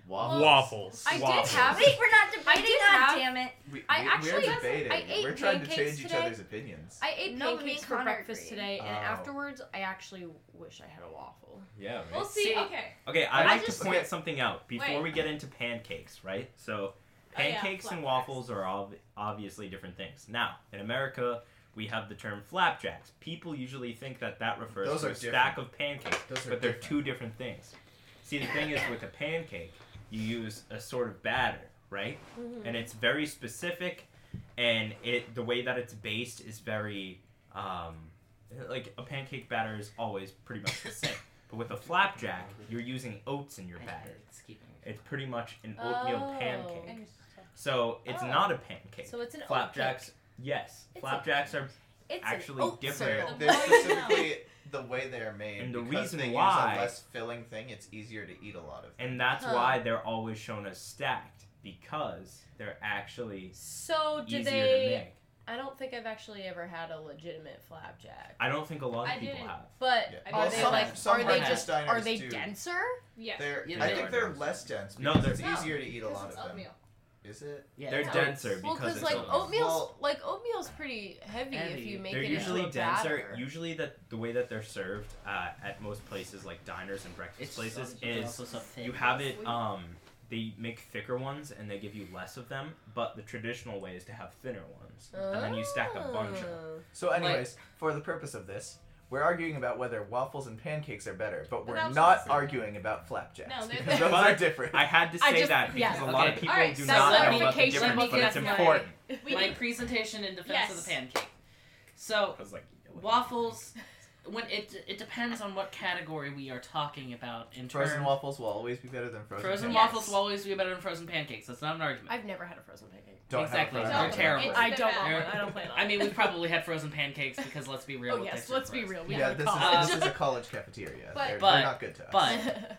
[SPEAKER 1] Waffles.
[SPEAKER 4] Waffles.
[SPEAKER 2] I did
[SPEAKER 3] Waffles.
[SPEAKER 2] have
[SPEAKER 7] Wait, we're not
[SPEAKER 2] I
[SPEAKER 7] debating.
[SPEAKER 2] did
[SPEAKER 7] God
[SPEAKER 2] have-
[SPEAKER 7] damn it.
[SPEAKER 1] We,
[SPEAKER 2] I
[SPEAKER 1] we-
[SPEAKER 2] actually-
[SPEAKER 1] we're debating.
[SPEAKER 2] I ate
[SPEAKER 1] we're trying to
[SPEAKER 2] pancakes
[SPEAKER 1] change each
[SPEAKER 2] today.
[SPEAKER 1] other's opinions.
[SPEAKER 2] I ate
[SPEAKER 6] No, me
[SPEAKER 2] pancakes
[SPEAKER 6] and
[SPEAKER 2] for
[SPEAKER 6] Connor
[SPEAKER 2] breakfast
[SPEAKER 6] agree.
[SPEAKER 2] today.
[SPEAKER 6] And
[SPEAKER 1] Oh.
[SPEAKER 6] afterwards, I actually wish I had a waffle.
[SPEAKER 3] Yeah. right.
[SPEAKER 2] We'll see.
[SPEAKER 5] See,
[SPEAKER 2] Okay.
[SPEAKER 3] Okay, I'd like
[SPEAKER 7] just-
[SPEAKER 3] to point something out before
[SPEAKER 2] Wait.
[SPEAKER 3] we get into pancakes, right? So,
[SPEAKER 2] Oh, yeah,
[SPEAKER 3] pancakes and
[SPEAKER 2] flapjacks.
[SPEAKER 3] waffles are ob- obviously different things. Now, in America, we have the term flapjacks. People usually think that that refers
[SPEAKER 1] Those
[SPEAKER 3] to
[SPEAKER 1] are
[SPEAKER 3] a stack of pancakes,
[SPEAKER 1] Those are
[SPEAKER 3] but they're
[SPEAKER 1] different.
[SPEAKER 3] two different things. See, the thing is, with a pancake, you use a sort of batter, right?
[SPEAKER 6] Mm-hmm.
[SPEAKER 3] And it's very specific, and it the way that it's based is very um, like a pancake batter is always pretty much the same. But with a flapjack, you're using oats in your batter.
[SPEAKER 5] It's keeping.
[SPEAKER 3] It's pretty much an oatmeal
[SPEAKER 6] Oh.
[SPEAKER 3] pancake.
[SPEAKER 2] And-
[SPEAKER 3] So it's
[SPEAKER 6] Oh.
[SPEAKER 3] not a pancake.
[SPEAKER 6] So it's an oat
[SPEAKER 3] flapjacks. Yes,
[SPEAKER 6] It's
[SPEAKER 3] flapjacks are
[SPEAKER 6] It's
[SPEAKER 3] Actually different.
[SPEAKER 1] They're,
[SPEAKER 6] circle.
[SPEAKER 1] they're
[SPEAKER 2] Oh, yeah.
[SPEAKER 1] specifically the way they're made.
[SPEAKER 3] And the
[SPEAKER 1] because
[SPEAKER 3] reason
[SPEAKER 1] they
[SPEAKER 3] why-
[SPEAKER 1] use a less filling thing, it's easier to eat a lot of.
[SPEAKER 3] and that's
[SPEAKER 6] Huh.
[SPEAKER 3] why they're always shown as stacked because they're actually
[SPEAKER 6] So do
[SPEAKER 3] easier to
[SPEAKER 6] they?
[SPEAKER 3] make.
[SPEAKER 6] I don't think I've actually ever had a legitimate flapjack.
[SPEAKER 3] I don't think a lot of
[SPEAKER 2] I
[SPEAKER 3] people
[SPEAKER 2] didn't-
[SPEAKER 3] have.
[SPEAKER 6] But
[SPEAKER 1] Yeah.
[SPEAKER 6] are
[SPEAKER 2] Well,
[SPEAKER 6] they
[SPEAKER 2] some-
[SPEAKER 6] like?
[SPEAKER 1] some
[SPEAKER 6] are they
[SPEAKER 5] British
[SPEAKER 6] just?
[SPEAKER 1] diners
[SPEAKER 6] Are they
[SPEAKER 1] do.
[SPEAKER 6] denser?
[SPEAKER 2] Yeah.
[SPEAKER 1] They're,
[SPEAKER 5] Yeah,
[SPEAKER 1] I
[SPEAKER 5] they
[SPEAKER 1] think
[SPEAKER 3] are
[SPEAKER 1] they're
[SPEAKER 3] dense.
[SPEAKER 1] less dense
[SPEAKER 3] No,
[SPEAKER 1] because
[SPEAKER 3] they're-
[SPEAKER 1] it's
[SPEAKER 2] No,
[SPEAKER 1] easier to eat a
[SPEAKER 2] Because
[SPEAKER 1] lot
[SPEAKER 2] it's
[SPEAKER 1] of them.
[SPEAKER 2] oatmeal.
[SPEAKER 1] Is it?
[SPEAKER 5] Yeah,
[SPEAKER 3] They're
[SPEAKER 5] it's-
[SPEAKER 3] denser
[SPEAKER 6] Well,
[SPEAKER 3] because
[SPEAKER 6] because
[SPEAKER 3] it's
[SPEAKER 6] like
[SPEAKER 3] oatmeal.
[SPEAKER 6] oatmeal's
[SPEAKER 1] Well-
[SPEAKER 6] like oatmeal's pretty heavy, if
[SPEAKER 5] Heavy.
[SPEAKER 6] you make
[SPEAKER 3] They're
[SPEAKER 6] it
[SPEAKER 3] usually
[SPEAKER 6] into a
[SPEAKER 3] denser.
[SPEAKER 6] batter.
[SPEAKER 3] Usually, that the way that they're served uh, at most places, like diners and breakfast
[SPEAKER 5] It's
[SPEAKER 3] places,
[SPEAKER 5] sausage,
[SPEAKER 3] is
[SPEAKER 5] it's also something.
[SPEAKER 3] You have it.
[SPEAKER 6] Sweet.
[SPEAKER 3] Um, they make thicker ones and they give you less of them. But the traditional way is to have thinner ones, and then you stack a bunch of.
[SPEAKER 6] Oh.
[SPEAKER 1] So, anyways, for the purpose of this, we're arguing about whether waffles and pancakes are better, but we're not arguing about flapjacks
[SPEAKER 2] No, they're
[SPEAKER 1] because
[SPEAKER 2] better.
[SPEAKER 1] those are different.
[SPEAKER 3] I had to
[SPEAKER 6] Oh. I
[SPEAKER 3] say
[SPEAKER 6] just-
[SPEAKER 3] that because
[SPEAKER 6] yes.
[SPEAKER 3] a lot of
[SPEAKER 5] Okay.
[SPEAKER 3] people
[SPEAKER 2] Alright,
[SPEAKER 3] do
[SPEAKER 2] so
[SPEAKER 3] not know about the
[SPEAKER 6] clarification,
[SPEAKER 3] difference, but
[SPEAKER 6] because
[SPEAKER 3] it's
[SPEAKER 6] my-
[SPEAKER 3] important.
[SPEAKER 2] We
[SPEAKER 5] my
[SPEAKER 2] did-
[SPEAKER 5] presentation in defense of
[SPEAKER 2] Yes.
[SPEAKER 5] the pancake. So
[SPEAKER 3] I was like,
[SPEAKER 5] waffles, when it it depends on what category we are talking about in
[SPEAKER 1] frozen
[SPEAKER 5] terms.
[SPEAKER 1] waffles will always be better than frozen.
[SPEAKER 5] Frozen
[SPEAKER 1] pancakes.
[SPEAKER 2] Yes.
[SPEAKER 5] waffles will always be better than frozen pancakes. That's not an argument.
[SPEAKER 6] I've never had a frozen pancake.
[SPEAKER 1] Don't
[SPEAKER 5] exactly,
[SPEAKER 1] Have a
[SPEAKER 5] they're
[SPEAKER 1] frozen
[SPEAKER 5] terrible.
[SPEAKER 1] pancake.
[SPEAKER 2] It's
[SPEAKER 6] I
[SPEAKER 2] the
[SPEAKER 6] don't
[SPEAKER 2] best.
[SPEAKER 6] want one. I don't plan on.
[SPEAKER 5] I mean,
[SPEAKER 6] it.
[SPEAKER 5] we've probably had frozen pancakes because let's be real.
[SPEAKER 6] Oh
[SPEAKER 5] with
[SPEAKER 6] yes,
[SPEAKER 5] Dixie
[SPEAKER 6] let's be
[SPEAKER 5] fries.
[SPEAKER 6] real. We
[SPEAKER 1] Yeah,
[SPEAKER 6] have
[SPEAKER 1] this is,
[SPEAKER 6] college.
[SPEAKER 1] this is a college cafeteria.
[SPEAKER 2] But-
[SPEAKER 1] they're,
[SPEAKER 5] but-
[SPEAKER 1] they're not good to us.
[SPEAKER 5] But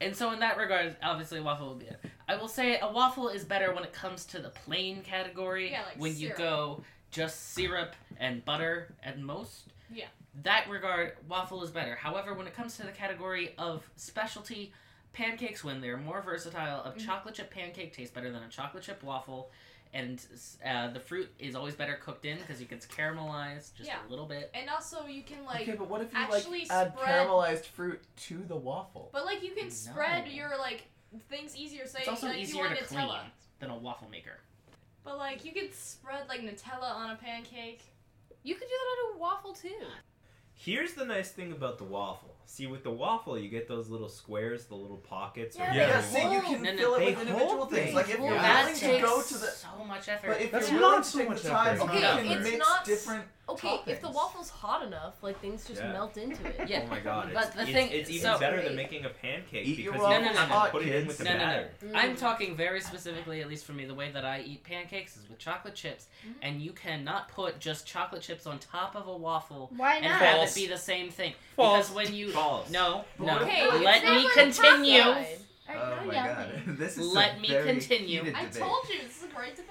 [SPEAKER 5] and so in that regard, obviously a waffle will be it. I will say a waffle is better when it comes to the plain category.
[SPEAKER 2] Yeah, like
[SPEAKER 5] when you
[SPEAKER 2] syrup.
[SPEAKER 5] go just syrup and butter at most.
[SPEAKER 2] Yeah.
[SPEAKER 5] That regard, waffle is better. However, when it comes to the category of specialty, pancakes win. They're more versatile. A
[SPEAKER 2] Mhm.
[SPEAKER 5] chocolate chip pancake tastes better than a chocolate chip waffle. And uh, the fruit is always better cooked in because it gets caramelized just
[SPEAKER 2] Yeah.
[SPEAKER 5] a little bit.
[SPEAKER 2] And also, you can like,
[SPEAKER 1] okay, but what if you
[SPEAKER 2] actually
[SPEAKER 1] like add
[SPEAKER 2] spread-
[SPEAKER 1] caramelized fruit to the waffle?
[SPEAKER 2] but like you can
[SPEAKER 5] No.
[SPEAKER 2] spread your like things easier. Say
[SPEAKER 5] It's also
[SPEAKER 2] like you
[SPEAKER 5] easier
[SPEAKER 2] want
[SPEAKER 5] to
[SPEAKER 2] Nutella,
[SPEAKER 5] clean than a waffle maker.
[SPEAKER 2] but like you could spread like Nutella on a pancake.
[SPEAKER 6] You could do that on a waffle too.
[SPEAKER 3] Here's the nice thing about the waffle. See, with the waffle, you get those little squares, the little pockets.
[SPEAKER 2] Yeah,
[SPEAKER 1] Yeah,
[SPEAKER 2] Yeah.
[SPEAKER 1] see, you can
[SPEAKER 5] No, no,
[SPEAKER 1] fill it
[SPEAKER 3] they
[SPEAKER 1] with individual
[SPEAKER 3] hold
[SPEAKER 1] things.
[SPEAKER 3] things.
[SPEAKER 1] Like if
[SPEAKER 5] Well,
[SPEAKER 1] you're
[SPEAKER 5] that
[SPEAKER 1] willing to
[SPEAKER 5] takes
[SPEAKER 1] go to the,
[SPEAKER 5] so much effort.
[SPEAKER 1] but if
[SPEAKER 4] That's
[SPEAKER 1] you're
[SPEAKER 4] not
[SPEAKER 1] willing to
[SPEAKER 4] so
[SPEAKER 1] take
[SPEAKER 4] much
[SPEAKER 1] the time,
[SPEAKER 4] effort.
[SPEAKER 1] you
[SPEAKER 2] Okay,
[SPEAKER 1] can
[SPEAKER 2] it's
[SPEAKER 1] mix
[SPEAKER 2] not s-
[SPEAKER 1] different.
[SPEAKER 6] Okay, if the
[SPEAKER 1] Toppings.
[SPEAKER 6] waffle's hot enough, like things just
[SPEAKER 3] Yeah.
[SPEAKER 6] melt into it.
[SPEAKER 5] yeah.
[SPEAKER 3] Oh my god.
[SPEAKER 5] But
[SPEAKER 3] It's,
[SPEAKER 5] the
[SPEAKER 3] it's,
[SPEAKER 5] thing-
[SPEAKER 3] it's even
[SPEAKER 5] so-
[SPEAKER 3] better than making a pancake
[SPEAKER 1] Eat your
[SPEAKER 3] because
[SPEAKER 5] waffles
[SPEAKER 3] you have to
[SPEAKER 1] hot,
[SPEAKER 3] put it in
[SPEAKER 1] kids.
[SPEAKER 3] with the
[SPEAKER 5] No, no, no.
[SPEAKER 3] batter.
[SPEAKER 5] I'm
[SPEAKER 6] Mm.
[SPEAKER 7] Mm.
[SPEAKER 5] talking very specifically, at least for me, the way that I eat pancakes is with chocolate chips,
[SPEAKER 7] Mm.
[SPEAKER 2] Mhm.
[SPEAKER 5] and you cannot put just chocolate chips on top of a waffle
[SPEAKER 7] Why
[SPEAKER 5] and
[SPEAKER 7] not?
[SPEAKER 5] have
[SPEAKER 4] False.
[SPEAKER 5] it be the same thing.
[SPEAKER 4] False.
[SPEAKER 5] Because when you
[SPEAKER 3] False.
[SPEAKER 5] no, no,
[SPEAKER 1] Okay,
[SPEAKER 5] let
[SPEAKER 7] it's
[SPEAKER 5] me
[SPEAKER 7] not
[SPEAKER 5] continue.
[SPEAKER 7] like All right,
[SPEAKER 1] Oh
[SPEAKER 7] now
[SPEAKER 1] my
[SPEAKER 7] yell
[SPEAKER 1] god,
[SPEAKER 7] at me.
[SPEAKER 1] this is
[SPEAKER 5] Let
[SPEAKER 1] a
[SPEAKER 5] me
[SPEAKER 1] very
[SPEAKER 5] continue.
[SPEAKER 1] heated
[SPEAKER 2] I
[SPEAKER 1] debate. Mm-hmm.
[SPEAKER 2] told you this is a great debate.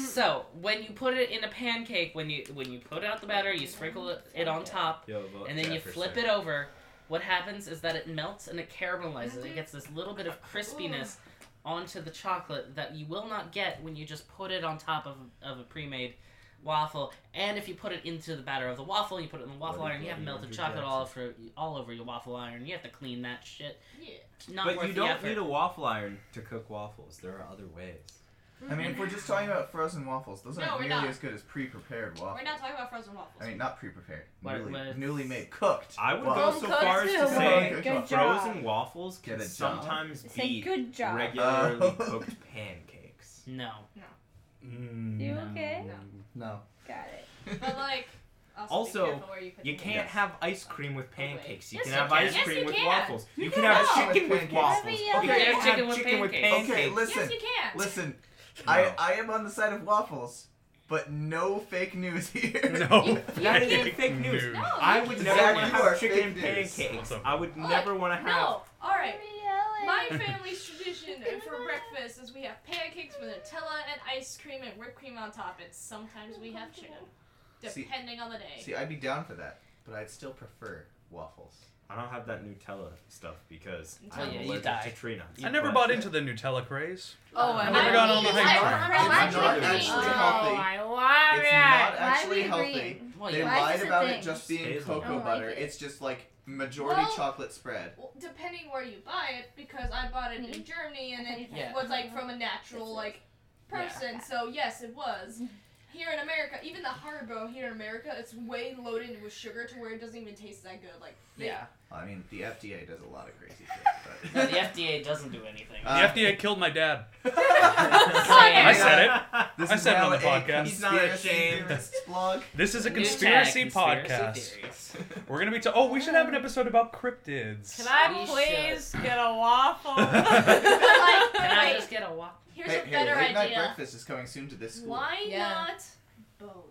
[SPEAKER 5] So when you put it in a pancake, when you when you put out the batter, you sprinkle it, it on top,
[SPEAKER 3] Yo, vote
[SPEAKER 5] and then you
[SPEAKER 3] Jefferson.
[SPEAKER 5] flip it over. What happens is that it melts and it caramelizes. It gets this little bit of crispiness onto the chocolate that you will not get when you just put it on top of, of a pre-made waffle. And if you put it into the batter of the waffle, you put it in the waffle
[SPEAKER 3] Bloody,
[SPEAKER 5] iron, you have
[SPEAKER 3] bloody
[SPEAKER 5] melted
[SPEAKER 3] Andrew
[SPEAKER 5] chocolate all over all over your waffle iron. You have to clean that shit.
[SPEAKER 2] Yeah.
[SPEAKER 5] Not
[SPEAKER 3] but
[SPEAKER 5] worth
[SPEAKER 3] you
[SPEAKER 5] the
[SPEAKER 3] don't
[SPEAKER 5] effort.
[SPEAKER 3] need a waffle iron to cook waffles. There are other ways.
[SPEAKER 1] I mean, if we're just talking about frozen waffles, those
[SPEAKER 2] No,
[SPEAKER 1] aren't
[SPEAKER 2] we're
[SPEAKER 1] nearly
[SPEAKER 2] not.
[SPEAKER 1] as good as pre-prepared
[SPEAKER 2] We're
[SPEAKER 1] waffles.
[SPEAKER 2] not talking about frozen waffles.
[SPEAKER 1] I mean, not pre-prepared,
[SPEAKER 5] What-
[SPEAKER 1] newly,
[SPEAKER 5] what-
[SPEAKER 1] newly made, cooked.
[SPEAKER 3] I would
[SPEAKER 1] waffles.
[SPEAKER 3] go so
[SPEAKER 7] Don't cook
[SPEAKER 3] far as to
[SPEAKER 7] too.
[SPEAKER 3] say
[SPEAKER 1] Good job.
[SPEAKER 3] frozen waffles
[SPEAKER 1] Get
[SPEAKER 3] can
[SPEAKER 1] a job.
[SPEAKER 3] sometimes
[SPEAKER 7] Say
[SPEAKER 3] beat
[SPEAKER 7] good job.
[SPEAKER 3] regularly
[SPEAKER 1] Oh.
[SPEAKER 3] cooked pancakes.
[SPEAKER 5] No.
[SPEAKER 7] You
[SPEAKER 5] No.
[SPEAKER 7] okay?
[SPEAKER 1] Mm. No.
[SPEAKER 7] Got it.
[SPEAKER 2] but like also,
[SPEAKER 3] Also,
[SPEAKER 2] be careful where you, put
[SPEAKER 3] You
[SPEAKER 2] the
[SPEAKER 3] can't
[SPEAKER 1] Yes.
[SPEAKER 3] have ice cream with pancakes. You
[SPEAKER 5] Yes,
[SPEAKER 3] can
[SPEAKER 5] you
[SPEAKER 3] have
[SPEAKER 5] can.
[SPEAKER 3] ice
[SPEAKER 2] Yes,
[SPEAKER 3] cream
[SPEAKER 2] you
[SPEAKER 3] with
[SPEAKER 2] can.
[SPEAKER 3] waffles.
[SPEAKER 1] You
[SPEAKER 3] You
[SPEAKER 1] can
[SPEAKER 3] can
[SPEAKER 1] have
[SPEAKER 3] have
[SPEAKER 1] it with
[SPEAKER 3] chicken with
[SPEAKER 1] pancakes.
[SPEAKER 3] waffles.
[SPEAKER 7] Every
[SPEAKER 3] You
[SPEAKER 7] other-
[SPEAKER 3] can
[SPEAKER 5] You can have chicken
[SPEAKER 3] have
[SPEAKER 5] with
[SPEAKER 3] chicken with
[SPEAKER 5] pancakes.
[SPEAKER 1] Okay,
[SPEAKER 3] pancakes.
[SPEAKER 2] Yes,
[SPEAKER 1] listen,
[SPEAKER 2] you can.
[SPEAKER 1] listen.
[SPEAKER 3] No.
[SPEAKER 1] I I am on the side of waffles, but no fake news here.
[SPEAKER 4] No.
[SPEAKER 2] You-
[SPEAKER 3] That
[SPEAKER 2] you can't-
[SPEAKER 3] isn't fake news.
[SPEAKER 2] No,
[SPEAKER 3] I
[SPEAKER 2] Oh, you
[SPEAKER 3] would
[SPEAKER 2] can-
[SPEAKER 3] never
[SPEAKER 1] Zach,
[SPEAKER 3] want to
[SPEAKER 1] you are
[SPEAKER 3] have chicken
[SPEAKER 1] fake
[SPEAKER 3] and
[SPEAKER 1] news.
[SPEAKER 3] pancakes.
[SPEAKER 4] Awesome.
[SPEAKER 3] I would
[SPEAKER 2] Look,
[SPEAKER 3] never want to have.
[SPEAKER 2] Oh, No. All right.
[SPEAKER 7] Why are you
[SPEAKER 2] My
[SPEAKER 7] yelling?
[SPEAKER 2] family's tradition for breakfast is we have pancakes with Nutella and ice cream and whipped cream on top, and sometimes we have chicken,
[SPEAKER 1] See-
[SPEAKER 2] depending on the day.
[SPEAKER 1] See, I'd be down for that, but I'd still prefer waffles.
[SPEAKER 3] I don't have that Nutella stuff because
[SPEAKER 2] Until
[SPEAKER 3] I'm
[SPEAKER 5] you
[SPEAKER 3] allergic
[SPEAKER 5] die.
[SPEAKER 3] to tree nuts.
[SPEAKER 4] I never
[SPEAKER 3] But-
[SPEAKER 4] bought into the Nutella craze.
[SPEAKER 6] Oh,
[SPEAKER 4] I
[SPEAKER 1] uh,
[SPEAKER 6] I
[SPEAKER 4] never got on the
[SPEAKER 7] It's
[SPEAKER 4] hype
[SPEAKER 7] not
[SPEAKER 4] train.
[SPEAKER 1] It's
[SPEAKER 7] Why
[SPEAKER 1] not
[SPEAKER 7] do we
[SPEAKER 1] actually
[SPEAKER 7] agree?
[SPEAKER 1] healthy.
[SPEAKER 7] Oh, I love
[SPEAKER 1] It's
[SPEAKER 7] it.
[SPEAKER 1] not
[SPEAKER 7] Why
[SPEAKER 1] actually
[SPEAKER 7] we
[SPEAKER 1] healthy.
[SPEAKER 7] agreeing?
[SPEAKER 5] Well,
[SPEAKER 1] They
[SPEAKER 5] you
[SPEAKER 7] Why is
[SPEAKER 1] lied
[SPEAKER 7] this a
[SPEAKER 1] about
[SPEAKER 7] thing?
[SPEAKER 1] it just being
[SPEAKER 3] Hazel.
[SPEAKER 1] cocoa
[SPEAKER 7] I don't like
[SPEAKER 1] butter.
[SPEAKER 7] it.
[SPEAKER 1] It's just like majority
[SPEAKER 2] Well-
[SPEAKER 1] chocolate spread.
[SPEAKER 2] Well, depending where you buy it, because I bought it
[SPEAKER 1] Mm-hmm.
[SPEAKER 2] in Germany and it
[SPEAKER 5] Yeah.
[SPEAKER 2] was like from a natural like person, so yes, it was. Here in America, even the Haribo here in America, it's way loaded with sugar to where it doesn't even taste that good. Like they-
[SPEAKER 5] Yeah.
[SPEAKER 1] I mean, the FDA does a lot of crazy shit.
[SPEAKER 5] No,
[SPEAKER 1] But...
[SPEAKER 5] the FDA doesn't do anything.
[SPEAKER 1] Uh,
[SPEAKER 4] the FDA killed my dad.
[SPEAKER 5] I
[SPEAKER 4] said it.
[SPEAKER 1] This
[SPEAKER 4] I
[SPEAKER 1] is
[SPEAKER 4] said it on
[SPEAKER 1] now
[SPEAKER 4] the
[SPEAKER 1] a
[SPEAKER 4] podcast.
[SPEAKER 3] He's not
[SPEAKER 1] conspiracy
[SPEAKER 3] ashamed.
[SPEAKER 1] theorist blog.
[SPEAKER 4] This is a
[SPEAKER 5] New tag,
[SPEAKER 4] conspiracy
[SPEAKER 5] conspiracy
[SPEAKER 4] podcast.
[SPEAKER 5] theories.
[SPEAKER 4] We're gonna be. Ta- oh, we should have an episode about cryptids.
[SPEAKER 6] Can
[SPEAKER 5] We
[SPEAKER 6] I
[SPEAKER 5] should.
[SPEAKER 6] please get a waffle?
[SPEAKER 5] Can I
[SPEAKER 2] Wait.
[SPEAKER 5] just get a wa-
[SPEAKER 2] here's
[SPEAKER 1] hey,
[SPEAKER 2] a
[SPEAKER 1] hey,
[SPEAKER 2] better
[SPEAKER 1] late night
[SPEAKER 2] idea.
[SPEAKER 1] breakfast is coming soon to this school.
[SPEAKER 2] Why
[SPEAKER 6] Yeah.
[SPEAKER 2] not both?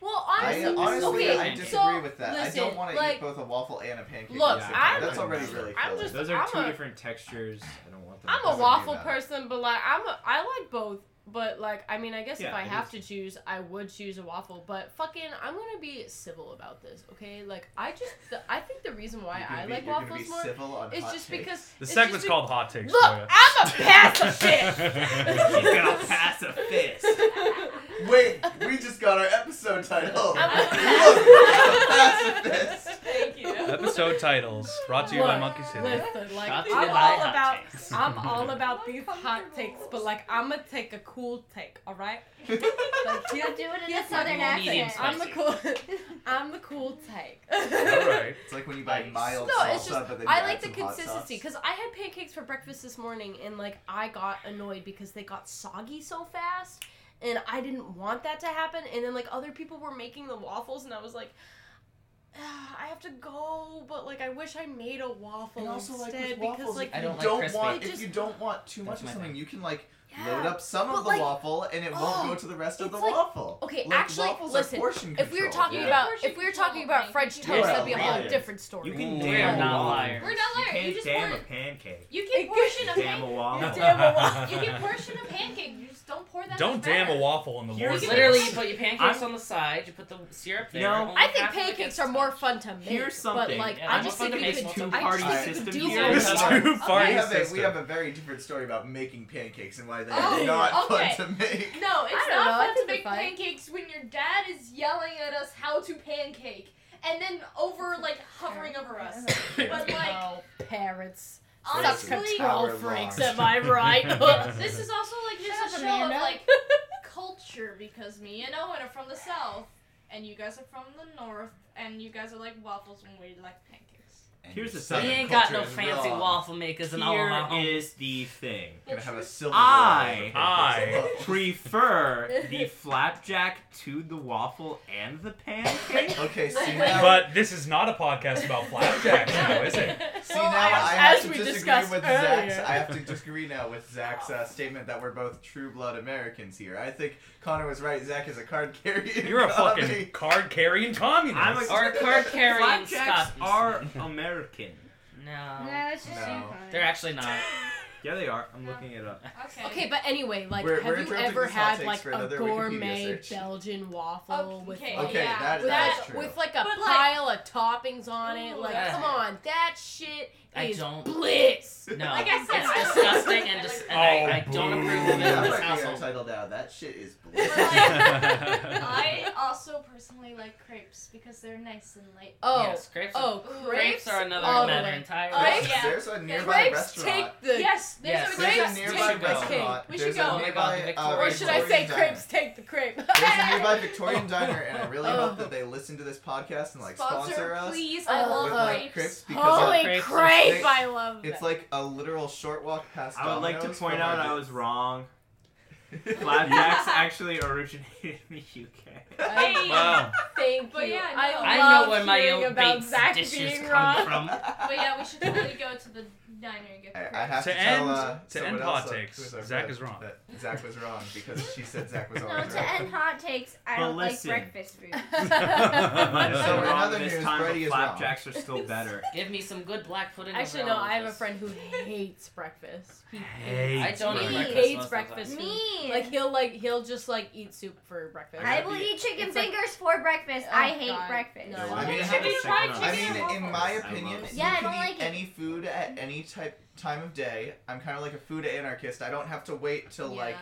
[SPEAKER 6] well,
[SPEAKER 1] I uh,
[SPEAKER 6] honestly,
[SPEAKER 1] honestly,
[SPEAKER 6] okay,
[SPEAKER 1] I
[SPEAKER 5] so
[SPEAKER 1] disagree with that. I don't
[SPEAKER 6] listen,
[SPEAKER 1] want to
[SPEAKER 6] like-
[SPEAKER 1] eat both a waffle and a pancake.
[SPEAKER 6] Look,
[SPEAKER 1] at the same
[SPEAKER 6] I'm-
[SPEAKER 1] time. that's already really.
[SPEAKER 6] I'm
[SPEAKER 1] filling.
[SPEAKER 6] just-
[SPEAKER 3] Those are
[SPEAKER 6] I'm
[SPEAKER 3] two
[SPEAKER 6] a-
[SPEAKER 3] different textures. I don't want them.
[SPEAKER 6] I'm
[SPEAKER 1] Doesn't
[SPEAKER 6] a
[SPEAKER 1] do
[SPEAKER 6] waffle
[SPEAKER 1] that.
[SPEAKER 6] person, but like I'm a, I like both. But like I mean, I guess if
[SPEAKER 3] Yeah,
[SPEAKER 6] I
[SPEAKER 3] it
[SPEAKER 6] have
[SPEAKER 3] is.
[SPEAKER 6] to choose, I would choose a waffle. But fucking, I'm gonna be civil about this, okay? Like I just, the, I think the reason why
[SPEAKER 1] You're gonna
[SPEAKER 6] I
[SPEAKER 1] be-
[SPEAKER 6] like
[SPEAKER 1] you're gonna
[SPEAKER 6] waffles
[SPEAKER 1] be
[SPEAKER 6] more
[SPEAKER 1] civil on
[SPEAKER 6] is
[SPEAKER 1] hot
[SPEAKER 6] just
[SPEAKER 1] takes.
[SPEAKER 6] because
[SPEAKER 4] The
[SPEAKER 6] it's
[SPEAKER 4] segment's
[SPEAKER 6] just be-
[SPEAKER 4] called Hot Takes.
[SPEAKER 6] Look,
[SPEAKER 4] Gloria.
[SPEAKER 6] I'm a passive
[SPEAKER 3] He's
[SPEAKER 6] shit.
[SPEAKER 3] gonna pass a fist.
[SPEAKER 1] Wait, we just got our episode title. Look,
[SPEAKER 6] I'm-
[SPEAKER 1] I'm a pacifist.
[SPEAKER 2] Thank you.
[SPEAKER 4] Episode titles brought to you by
[SPEAKER 6] Look,
[SPEAKER 4] Monkey City.
[SPEAKER 6] Listen, like
[SPEAKER 5] Shots
[SPEAKER 6] I'm
[SPEAKER 5] to my
[SPEAKER 6] all
[SPEAKER 5] hot
[SPEAKER 6] about
[SPEAKER 5] takes.
[SPEAKER 6] I'm all about these hot takes, but like I'ma take a cool take, all right? Like
[SPEAKER 7] You
[SPEAKER 6] here's
[SPEAKER 7] do it in a
[SPEAKER 6] Yes,
[SPEAKER 7] southern
[SPEAKER 5] I'm medium
[SPEAKER 7] accent.
[SPEAKER 5] spice.
[SPEAKER 6] I'm the cool I'm the cool take.
[SPEAKER 4] All right.
[SPEAKER 1] It's like when you buy
[SPEAKER 5] Nice.
[SPEAKER 1] mild
[SPEAKER 6] No,
[SPEAKER 1] salsa,
[SPEAKER 6] it's just-
[SPEAKER 1] but then you
[SPEAKER 6] I
[SPEAKER 1] add
[SPEAKER 6] like the
[SPEAKER 1] some hot
[SPEAKER 6] consistency
[SPEAKER 1] sauce.
[SPEAKER 6] because I had pancakes for breakfast this morning and like I got annoyed because they got soggy so fast and I didn't want that to happen and then like other people were making the waffles and I was like "Ah, I have to go but like I wish I made a waffle
[SPEAKER 1] And also, like, with
[SPEAKER 6] instead because
[SPEAKER 1] waffles,
[SPEAKER 6] like
[SPEAKER 5] I don't like
[SPEAKER 1] don't
[SPEAKER 5] crispy.
[SPEAKER 1] want
[SPEAKER 6] It
[SPEAKER 1] if
[SPEAKER 6] just-
[SPEAKER 1] you don't want too much
[SPEAKER 5] That's
[SPEAKER 1] of
[SPEAKER 5] my
[SPEAKER 1] something,
[SPEAKER 5] thing.
[SPEAKER 1] you can like
[SPEAKER 6] Yeah.
[SPEAKER 1] load up some
[SPEAKER 6] But,
[SPEAKER 1] of the
[SPEAKER 6] like-
[SPEAKER 1] waffle, and it
[SPEAKER 6] Oh,
[SPEAKER 1] won't go to the rest of the
[SPEAKER 6] it's like-
[SPEAKER 1] waffle.
[SPEAKER 6] okay,
[SPEAKER 1] Like,
[SPEAKER 6] actually,
[SPEAKER 1] waffles
[SPEAKER 6] listen,
[SPEAKER 1] Are portion
[SPEAKER 6] if we were
[SPEAKER 1] control.
[SPEAKER 6] talking
[SPEAKER 9] Uh,
[SPEAKER 2] Yeah.
[SPEAKER 6] about
[SPEAKER 2] Portion
[SPEAKER 6] if we were talking
[SPEAKER 2] control,
[SPEAKER 6] about
[SPEAKER 2] like,
[SPEAKER 6] French
[SPEAKER 2] you
[SPEAKER 6] toast,
[SPEAKER 2] can-
[SPEAKER 6] that'd be a whole
[SPEAKER 3] Yeah.
[SPEAKER 6] different story.
[SPEAKER 3] You can
[SPEAKER 4] Ooh.
[SPEAKER 3] damn
[SPEAKER 5] We're not
[SPEAKER 3] waffles.
[SPEAKER 5] liars.
[SPEAKER 2] We're not liars.
[SPEAKER 3] You
[SPEAKER 2] You
[SPEAKER 3] can't
[SPEAKER 2] just
[SPEAKER 3] damn a
[SPEAKER 2] weren't-
[SPEAKER 3] pancake.
[SPEAKER 2] You can portion a
[SPEAKER 3] Damn a
[SPEAKER 2] pancake.
[SPEAKER 3] waffle.
[SPEAKER 6] Damn a waffle.
[SPEAKER 2] You can portion a pancake. You just Don't pour that.
[SPEAKER 4] Don't
[SPEAKER 2] in the batter.
[SPEAKER 4] damn a waffle in the
[SPEAKER 3] Here's-
[SPEAKER 4] Lord's
[SPEAKER 5] You
[SPEAKER 4] Day.
[SPEAKER 5] literally, you put your pancakes
[SPEAKER 3] I'm-
[SPEAKER 5] on the side, you put the syrup there.
[SPEAKER 3] No.
[SPEAKER 5] only
[SPEAKER 9] I think
[SPEAKER 5] half of it
[SPEAKER 9] pancakes
[SPEAKER 5] gets
[SPEAKER 9] are more
[SPEAKER 5] touched.
[SPEAKER 9] fun to make.
[SPEAKER 3] Here's something.
[SPEAKER 9] But like,
[SPEAKER 5] Yeah,
[SPEAKER 9] I
[SPEAKER 5] I'm
[SPEAKER 9] just
[SPEAKER 5] fun
[SPEAKER 9] think
[SPEAKER 5] to
[SPEAKER 9] we
[SPEAKER 5] make
[SPEAKER 9] could.
[SPEAKER 5] small
[SPEAKER 9] do- I
[SPEAKER 5] talk.
[SPEAKER 9] just
[SPEAKER 1] Alright.
[SPEAKER 9] think we could
[SPEAKER 3] System
[SPEAKER 9] do
[SPEAKER 3] here.
[SPEAKER 9] that.
[SPEAKER 4] This
[SPEAKER 1] Okay.
[SPEAKER 4] two
[SPEAKER 1] we,
[SPEAKER 4] party
[SPEAKER 1] have a, we
[SPEAKER 4] system.
[SPEAKER 1] have a very different story about making pancakes and why they're
[SPEAKER 2] Oh,
[SPEAKER 1] not
[SPEAKER 2] okay.
[SPEAKER 1] fun to make.
[SPEAKER 2] No, it's
[SPEAKER 9] I don't
[SPEAKER 2] not
[SPEAKER 9] know, I
[SPEAKER 2] fun
[SPEAKER 9] think
[SPEAKER 2] to
[SPEAKER 9] they're
[SPEAKER 2] make
[SPEAKER 9] fine.
[SPEAKER 2] pancakes when your dad is yelling at us how to pancake and then over like hovering over us. But like
[SPEAKER 9] Oh, parents. Such
[SPEAKER 2] honestly,
[SPEAKER 1] Racism.
[SPEAKER 9] control
[SPEAKER 1] Power
[SPEAKER 9] freaks,
[SPEAKER 1] laws.
[SPEAKER 9] am I right?
[SPEAKER 2] this is also like
[SPEAKER 9] Shut
[SPEAKER 2] just
[SPEAKER 9] up,
[SPEAKER 2] a show of
[SPEAKER 9] Amanda.
[SPEAKER 2] like culture because me and Owen are from the south and you guys are from the north and you guys are like waffles and we like pancakes.
[SPEAKER 1] And
[SPEAKER 3] Here's the
[SPEAKER 5] We
[SPEAKER 1] Southern
[SPEAKER 5] ain't got no
[SPEAKER 1] culture is
[SPEAKER 5] fancy
[SPEAKER 1] wrong.
[SPEAKER 5] waffle makers and all of our
[SPEAKER 3] Here
[SPEAKER 5] own.
[SPEAKER 3] is the thing.
[SPEAKER 1] Gonna have a silver
[SPEAKER 3] I
[SPEAKER 4] I
[SPEAKER 3] prefer the flapjack to the waffle and the pancake.
[SPEAKER 1] Okay, see now,
[SPEAKER 4] But this is not a podcast about flapjacks now, is it?
[SPEAKER 1] see
[SPEAKER 9] Well,
[SPEAKER 1] now I,
[SPEAKER 9] as-
[SPEAKER 1] have
[SPEAKER 9] as
[SPEAKER 1] to
[SPEAKER 9] we
[SPEAKER 1] disagree
[SPEAKER 9] discussed
[SPEAKER 1] with Zach's.
[SPEAKER 9] earlier.
[SPEAKER 1] I have to disagree now with Zach's uh, statement that we're both true blood Americans here. I think Connor was right. Zach is a card carrying.
[SPEAKER 4] You're a
[SPEAKER 1] commie.
[SPEAKER 4] fucking card carrying communist.
[SPEAKER 3] I'm a-
[SPEAKER 5] Or a card carrying
[SPEAKER 3] Flapjacks
[SPEAKER 5] Scotsman.
[SPEAKER 3] are American.
[SPEAKER 5] No.
[SPEAKER 7] Um, that's just
[SPEAKER 1] No.
[SPEAKER 5] They're actually not.
[SPEAKER 3] Yeah, they are. I'm looking it up.
[SPEAKER 2] Okay.
[SPEAKER 9] Okay, but anyway, like,
[SPEAKER 1] We're-
[SPEAKER 9] have
[SPEAKER 1] we're
[SPEAKER 9] you
[SPEAKER 1] interrupting
[SPEAKER 9] ever
[SPEAKER 1] this hot
[SPEAKER 9] had
[SPEAKER 1] takes
[SPEAKER 9] like
[SPEAKER 1] for
[SPEAKER 9] a
[SPEAKER 1] another Wikipedia
[SPEAKER 9] gourmet
[SPEAKER 1] search.
[SPEAKER 9] Belgian waffle with
[SPEAKER 2] Okay,
[SPEAKER 9] like,
[SPEAKER 1] Okay,
[SPEAKER 2] yeah.
[SPEAKER 1] that,
[SPEAKER 9] with,
[SPEAKER 1] that
[SPEAKER 9] like-
[SPEAKER 1] is true.
[SPEAKER 9] with like a
[SPEAKER 2] But, like-
[SPEAKER 9] pile of toppings on it?
[SPEAKER 2] Ooh,
[SPEAKER 9] Like,
[SPEAKER 5] uh,
[SPEAKER 9] come on, that shit
[SPEAKER 5] I
[SPEAKER 9] is
[SPEAKER 5] don't-
[SPEAKER 9] bliss.
[SPEAKER 5] No.
[SPEAKER 2] Like I said, I-
[SPEAKER 5] it's disgusting and, dis- and
[SPEAKER 4] Oh,
[SPEAKER 5] I, I don't
[SPEAKER 4] boo.
[SPEAKER 5] approve of it
[SPEAKER 1] yeah,
[SPEAKER 5] in
[SPEAKER 1] that
[SPEAKER 5] this
[SPEAKER 1] might be our
[SPEAKER 5] household.
[SPEAKER 1] title now. That shit is
[SPEAKER 2] But,
[SPEAKER 1] bullshit.
[SPEAKER 2] like, I also personally like crepes because they're nice and light.
[SPEAKER 9] Oh,
[SPEAKER 5] yes, grapes are,
[SPEAKER 9] oh,
[SPEAKER 2] Ooh,
[SPEAKER 9] crepes,
[SPEAKER 5] grapes are another
[SPEAKER 9] all the
[SPEAKER 5] matter
[SPEAKER 9] way.
[SPEAKER 5] entirely.
[SPEAKER 9] Grapes-
[SPEAKER 2] yeah.
[SPEAKER 1] There's a nearby
[SPEAKER 9] Crepes
[SPEAKER 1] restaurant.
[SPEAKER 9] take the.
[SPEAKER 2] Yes, there's a
[SPEAKER 5] Yes.
[SPEAKER 1] There's
[SPEAKER 9] Crepes take
[SPEAKER 1] a nearby
[SPEAKER 9] the
[SPEAKER 5] go.
[SPEAKER 1] restaurant.
[SPEAKER 9] cake. We
[SPEAKER 1] There's
[SPEAKER 9] should
[SPEAKER 1] a
[SPEAKER 9] go.
[SPEAKER 5] Oh my
[SPEAKER 1] nearby,
[SPEAKER 5] God, the
[SPEAKER 1] uh,
[SPEAKER 9] Or
[SPEAKER 5] Victorian
[SPEAKER 9] should I say,
[SPEAKER 1] Victorian diner.
[SPEAKER 9] crepes take the crepe?
[SPEAKER 1] There's a nearby Victorian diner, and I really
[SPEAKER 9] Oh.
[SPEAKER 1] hope that they listen to this podcast and like sponsor, us
[SPEAKER 2] please.
[SPEAKER 9] I
[SPEAKER 2] I
[SPEAKER 9] Oh,
[SPEAKER 1] with
[SPEAKER 2] love
[SPEAKER 9] uh,
[SPEAKER 1] like
[SPEAKER 2] grapes.
[SPEAKER 1] crepes because
[SPEAKER 9] Holy
[SPEAKER 5] Crepes
[SPEAKER 9] crepe!
[SPEAKER 5] are-
[SPEAKER 9] I love
[SPEAKER 1] it's
[SPEAKER 9] that.
[SPEAKER 1] like a literal short walk past.
[SPEAKER 3] I would like to
[SPEAKER 1] Domino's
[SPEAKER 3] point
[SPEAKER 1] from
[SPEAKER 3] out
[SPEAKER 1] our
[SPEAKER 3] I was wrong.
[SPEAKER 1] distance.
[SPEAKER 3] Flapjacks actually originated in the UK.
[SPEAKER 2] Hey,
[SPEAKER 4] Wow.
[SPEAKER 9] Thank
[SPEAKER 2] But
[SPEAKER 9] you.
[SPEAKER 2] yeah, no.
[SPEAKER 9] I,
[SPEAKER 5] I
[SPEAKER 9] love
[SPEAKER 5] know where my
[SPEAKER 9] hearing
[SPEAKER 5] own
[SPEAKER 9] about
[SPEAKER 5] baked
[SPEAKER 9] Zach
[SPEAKER 5] dishes
[SPEAKER 9] being
[SPEAKER 5] come
[SPEAKER 9] wrong.
[SPEAKER 5] from.
[SPEAKER 2] but yeah, we should totally go to the diner and get the
[SPEAKER 1] I,
[SPEAKER 2] crepes.
[SPEAKER 1] I have
[SPEAKER 4] To
[SPEAKER 1] to, tell
[SPEAKER 4] end-
[SPEAKER 1] uh,
[SPEAKER 4] to
[SPEAKER 1] someone
[SPEAKER 4] end
[SPEAKER 1] else,
[SPEAKER 4] hot
[SPEAKER 1] uh,
[SPEAKER 4] takes,
[SPEAKER 1] who's our
[SPEAKER 4] Zach
[SPEAKER 1] friend
[SPEAKER 4] is wrong.
[SPEAKER 1] That Zach was wrong because she said Zach was
[SPEAKER 7] No,
[SPEAKER 1] always
[SPEAKER 7] to
[SPEAKER 1] right.
[SPEAKER 7] end hot takes, I
[SPEAKER 3] But
[SPEAKER 7] don't
[SPEAKER 3] listen.
[SPEAKER 7] like breakfast food.
[SPEAKER 3] I'm so
[SPEAKER 1] in
[SPEAKER 3] wrong
[SPEAKER 1] other
[SPEAKER 3] this
[SPEAKER 1] news,
[SPEAKER 3] time,
[SPEAKER 1] Brady
[SPEAKER 3] but
[SPEAKER 1] is wrong.
[SPEAKER 3] flapjacks are still better.
[SPEAKER 5] Give me some good black pudding. with
[SPEAKER 9] Actually,
[SPEAKER 5] our
[SPEAKER 9] no.
[SPEAKER 5] own
[SPEAKER 9] I have a
[SPEAKER 5] lettuce.
[SPEAKER 9] friend who hates breakfast. He
[SPEAKER 5] I
[SPEAKER 4] Hates
[SPEAKER 5] don't eat
[SPEAKER 7] Me.
[SPEAKER 4] breakfast.
[SPEAKER 5] breakfast.
[SPEAKER 9] hates
[SPEAKER 5] most of the
[SPEAKER 9] breakfast.
[SPEAKER 5] time.
[SPEAKER 7] Mean.
[SPEAKER 9] like he'll like he'll just like eat soup for breakfast.
[SPEAKER 7] I will eat chicken
[SPEAKER 9] it's like-
[SPEAKER 7] fingers for breakfast.
[SPEAKER 9] Oh,
[SPEAKER 7] I hate
[SPEAKER 9] God.
[SPEAKER 7] breakfast.
[SPEAKER 9] No.
[SPEAKER 1] I mean,
[SPEAKER 3] have a
[SPEAKER 2] Chicken
[SPEAKER 3] second
[SPEAKER 2] fried
[SPEAKER 3] on
[SPEAKER 1] I
[SPEAKER 2] chicken
[SPEAKER 3] this.
[SPEAKER 2] and
[SPEAKER 1] mean, in my
[SPEAKER 3] I love
[SPEAKER 1] opinion,
[SPEAKER 3] it.
[SPEAKER 7] Yeah, I
[SPEAKER 1] you can
[SPEAKER 7] don't
[SPEAKER 1] eat
[SPEAKER 7] like it.
[SPEAKER 1] any food at any type time of day. I'm kind of like a food anarchist. I don't have to wait till like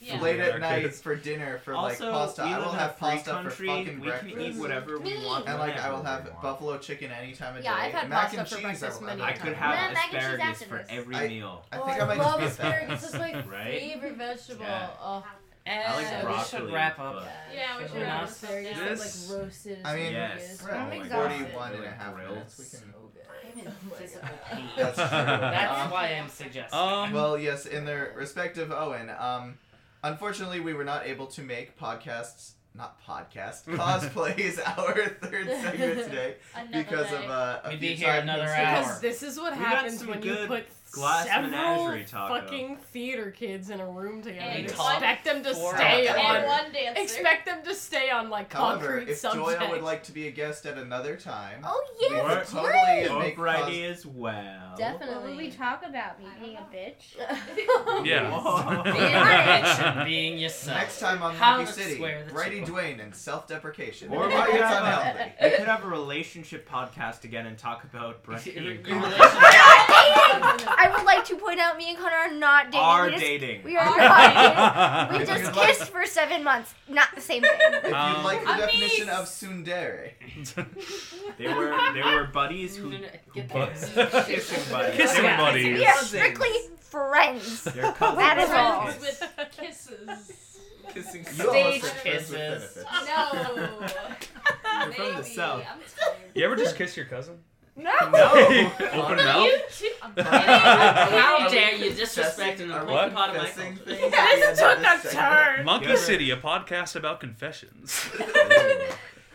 [SPEAKER 2] Yeah.
[SPEAKER 1] late at night
[SPEAKER 4] Anarchist.
[SPEAKER 1] for dinner for
[SPEAKER 3] also,
[SPEAKER 1] like pasta.
[SPEAKER 3] we
[SPEAKER 1] I
[SPEAKER 3] live
[SPEAKER 1] will
[SPEAKER 3] in a
[SPEAKER 1] have
[SPEAKER 3] free
[SPEAKER 1] pasta
[SPEAKER 3] country.
[SPEAKER 1] for fucking
[SPEAKER 3] we
[SPEAKER 1] breakfast.
[SPEAKER 3] can eat whatever we
[SPEAKER 7] Me.
[SPEAKER 3] want.
[SPEAKER 1] And like I will
[SPEAKER 3] whenever
[SPEAKER 1] have
[SPEAKER 3] we want.
[SPEAKER 1] buffalo chicken any time of
[SPEAKER 9] Yeah,
[SPEAKER 1] day.
[SPEAKER 9] I've had
[SPEAKER 1] Mac
[SPEAKER 9] pasta
[SPEAKER 1] and
[SPEAKER 9] for
[SPEAKER 1] cheese
[SPEAKER 9] breakfast
[SPEAKER 1] I will
[SPEAKER 9] many
[SPEAKER 3] I
[SPEAKER 1] have.
[SPEAKER 3] could
[SPEAKER 9] times.
[SPEAKER 3] have
[SPEAKER 7] Yeah, mac and cheese
[SPEAKER 3] asparagus
[SPEAKER 7] after
[SPEAKER 3] for
[SPEAKER 7] this.
[SPEAKER 3] every
[SPEAKER 1] I-
[SPEAKER 3] meal.
[SPEAKER 1] I
[SPEAKER 9] Oh, I,
[SPEAKER 1] think I might
[SPEAKER 9] love
[SPEAKER 1] just get that.
[SPEAKER 9] asparagus. It's my
[SPEAKER 3] Right?
[SPEAKER 9] favorite vegetable.
[SPEAKER 3] Yeah.
[SPEAKER 9] Oh,
[SPEAKER 5] And
[SPEAKER 3] like
[SPEAKER 5] we
[SPEAKER 3] broccoli,
[SPEAKER 5] should wrap up.
[SPEAKER 3] but-
[SPEAKER 2] Yeah, we
[SPEAKER 9] so
[SPEAKER 2] should
[SPEAKER 9] good.
[SPEAKER 5] wrap
[SPEAKER 2] this up
[SPEAKER 9] asparagus
[SPEAKER 2] now.
[SPEAKER 9] with,
[SPEAKER 4] This-
[SPEAKER 9] like roasted
[SPEAKER 1] I mean,
[SPEAKER 3] Yes. Oh
[SPEAKER 9] asparagus.
[SPEAKER 1] we're at
[SPEAKER 7] I'm
[SPEAKER 1] like
[SPEAKER 7] exhausted.
[SPEAKER 1] 41 and a
[SPEAKER 3] Like
[SPEAKER 1] half
[SPEAKER 3] grilled.
[SPEAKER 1] minutes. We can-
[SPEAKER 9] So good.
[SPEAKER 5] I'm in
[SPEAKER 9] Oh my
[SPEAKER 5] physical
[SPEAKER 9] God.
[SPEAKER 5] pain.
[SPEAKER 1] That's true.
[SPEAKER 5] That's
[SPEAKER 1] Um,
[SPEAKER 5] why I'm suggesting.
[SPEAKER 4] Um,
[SPEAKER 1] Well, yes, in their respective Owen. Um, unfortunately, we were not able to make podcasts, not podcast, cosplays our third segment today
[SPEAKER 2] Another
[SPEAKER 1] because
[SPEAKER 2] day.
[SPEAKER 1] of uh, a
[SPEAKER 5] We'd
[SPEAKER 1] few
[SPEAKER 5] be here
[SPEAKER 1] time
[SPEAKER 5] another
[SPEAKER 1] constraints.
[SPEAKER 9] Because
[SPEAKER 5] hour.
[SPEAKER 9] this is what
[SPEAKER 3] We got
[SPEAKER 9] happens
[SPEAKER 3] some
[SPEAKER 9] when you
[SPEAKER 3] good
[SPEAKER 9] put
[SPEAKER 3] glass
[SPEAKER 9] several
[SPEAKER 3] menagerie taco.
[SPEAKER 9] fucking theater kids in a room together.
[SPEAKER 2] And
[SPEAKER 9] And
[SPEAKER 2] one-
[SPEAKER 9] expect them to
[SPEAKER 5] four
[SPEAKER 9] stay
[SPEAKER 5] hours.
[SPEAKER 2] and
[SPEAKER 9] on.
[SPEAKER 2] one dancer.
[SPEAKER 9] Expect them to stay on like
[SPEAKER 1] However,
[SPEAKER 9] concrete
[SPEAKER 1] if
[SPEAKER 9] subjects.
[SPEAKER 1] Joya would like to be a guest at another time,
[SPEAKER 7] Oh
[SPEAKER 1] we
[SPEAKER 7] yes,
[SPEAKER 1] would
[SPEAKER 3] Work.
[SPEAKER 1] totally
[SPEAKER 7] great.
[SPEAKER 1] make
[SPEAKER 3] Book
[SPEAKER 1] cos-
[SPEAKER 3] Friday as well.
[SPEAKER 7] What would we talk about? Me
[SPEAKER 2] I don't
[SPEAKER 7] being a
[SPEAKER 2] know.
[SPEAKER 7] bitch.
[SPEAKER 5] being
[SPEAKER 3] Yeah.
[SPEAKER 7] Yeah.
[SPEAKER 5] rich and being yourself.
[SPEAKER 1] Next time on
[SPEAKER 5] How
[SPEAKER 1] Monkey
[SPEAKER 5] to
[SPEAKER 1] City,
[SPEAKER 5] square the
[SPEAKER 1] Brady
[SPEAKER 5] circle.
[SPEAKER 1] Dwayne and self-deprecation.
[SPEAKER 3] Or
[SPEAKER 1] It's
[SPEAKER 3] we could have
[SPEAKER 1] unhealthy.
[SPEAKER 3] a, we could have a relationship podcast again and talk about Brett
[SPEAKER 5] Your-
[SPEAKER 3] and
[SPEAKER 5] your
[SPEAKER 3] Connor.
[SPEAKER 5] relationship-
[SPEAKER 7] I would like to point out, me and Connor are not dating.
[SPEAKER 3] are
[SPEAKER 7] we just,
[SPEAKER 3] dating.
[SPEAKER 7] We are not
[SPEAKER 4] I
[SPEAKER 7] dating. We
[SPEAKER 1] If
[SPEAKER 7] just
[SPEAKER 1] you'd like-
[SPEAKER 7] kissed for seven months. Not the same thing.
[SPEAKER 1] If
[SPEAKER 4] Um,
[SPEAKER 1] you like the
[SPEAKER 2] I mean-
[SPEAKER 1] definition of tsundere,
[SPEAKER 3] They were they were buddies who
[SPEAKER 5] No, no, get
[SPEAKER 4] But-
[SPEAKER 5] that.
[SPEAKER 3] kissing buddies.
[SPEAKER 4] Kissing
[SPEAKER 3] They were
[SPEAKER 4] buddies.
[SPEAKER 7] We are strictly friends.
[SPEAKER 3] They're cousins.
[SPEAKER 7] That is all.
[SPEAKER 2] Friends with kisses.
[SPEAKER 3] Kissing
[SPEAKER 1] you almost
[SPEAKER 5] Stage
[SPEAKER 1] said friends with benefits.
[SPEAKER 5] kisses.
[SPEAKER 2] No.
[SPEAKER 3] You're from the
[SPEAKER 2] Maybe.
[SPEAKER 3] south.
[SPEAKER 2] I'm tired.
[SPEAKER 4] You ever just kiss your cousin?
[SPEAKER 7] No.
[SPEAKER 3] No.
[SPEAKER 4] Open
[SPEAKER 2] Are
[SPEAKER 4] mouth.
[SPEAKER 2] you too- I'm tired.
[SPEAKER 5] How dare you disrespect an
[SPEAKER 1] Are we
[SPEAKER 5] important part of my
[SPEAKER 1] confessing
[SPEAKER 5] culture.
[SPEAKER 1] things at the
[SPEAKER 9] This is
[SPEAKER 1] end of
[SPEAKER 9] what that
[SPEAKER 1] this segment?
[SPEAKER 9] turn.
[SPEAKER 4] Monkey
[SPEAKER 3] Yeah.
[SPEAKER 4] City, a podcast about confessions.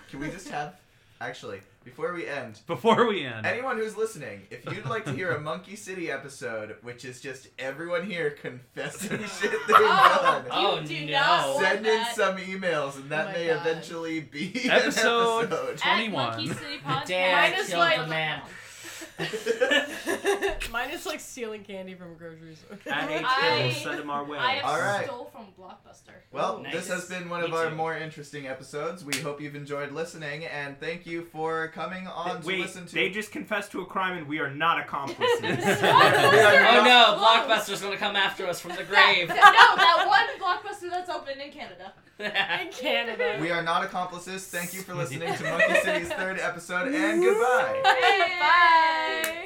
[SPEAKER 1] Can we just have, actually, before we end,
[SPEAKER 4] Before we end,
[SPEAKER 1] anyone who's listening, if you'd like to hear a Monkey City episode, which is just everyone here confessing shit they've done,
[SPEAKER 5] Oh,
[SPEAKER 2] You do
[SPEAKER 5] no.
[SPEAKER 2] not want
[SPEAKER 1] send in
[SPEAKER 2] that.
[SPEAKER 1] some emails, and that
[SPEAKER 9] Oh my
[SPEAKER 1] may
[SPEAKER 9] God.
[SPEAKER 1] eventually be an
[SPEAKER 4] Episode-
[SPEAKER 1] episode.
[SPEAKER 2] At
[SPEAKER 4] 21.
[SPEAKER 2] Monkey City Podcast.
[SPEAKER 5] Dad
[SPEAKER 9] Minus,
[SPEAKER 5] killed
[SPEAKER 9] like-
[SPEAKER 5] a man.
[SPEAKER 9] Mine is like stealing candy from groceries.
[SPEAKER 3] At eight,
[SPEAKER 2] I-
[SPEAKER 3] we'll send them our way.
[SPEAKER 2] I have
[SPEAKER 1] All right.
[SPEAKER 2] stole from Blockbuster.
[SPEAKER 1] Well,
[SPEAKER 3] Nice.
[SPEAKER 1] this has been one of
[SPEAKER 3] Me
[SPEAKER 1] our
[SPEAKER 3] too.
[SPEAKER 1] more interesting episodes. We hope you've enjoyed listening, and thank you for coming on to
[SPEAKER 3] Wait,
[SPEAKER 1] listen to.
[SPEAKER 3] they just confessed to a crime and we are not accomplices.
[SPEAKER 5] Oh no,
[SPEAKER 2] Blockbuster
[SPEAKER 5] Blockbuster's gonna come after us from the grave.
[SPEAKER 2] no, that one blockbuster that's open in Canada.
[SPEAKER 9] In Canada.
[SPEAKER 1] we are not accomplices. Thank you for listening to Monkey City's third episode, and goodbye.
[SPEAKER 2] Bye.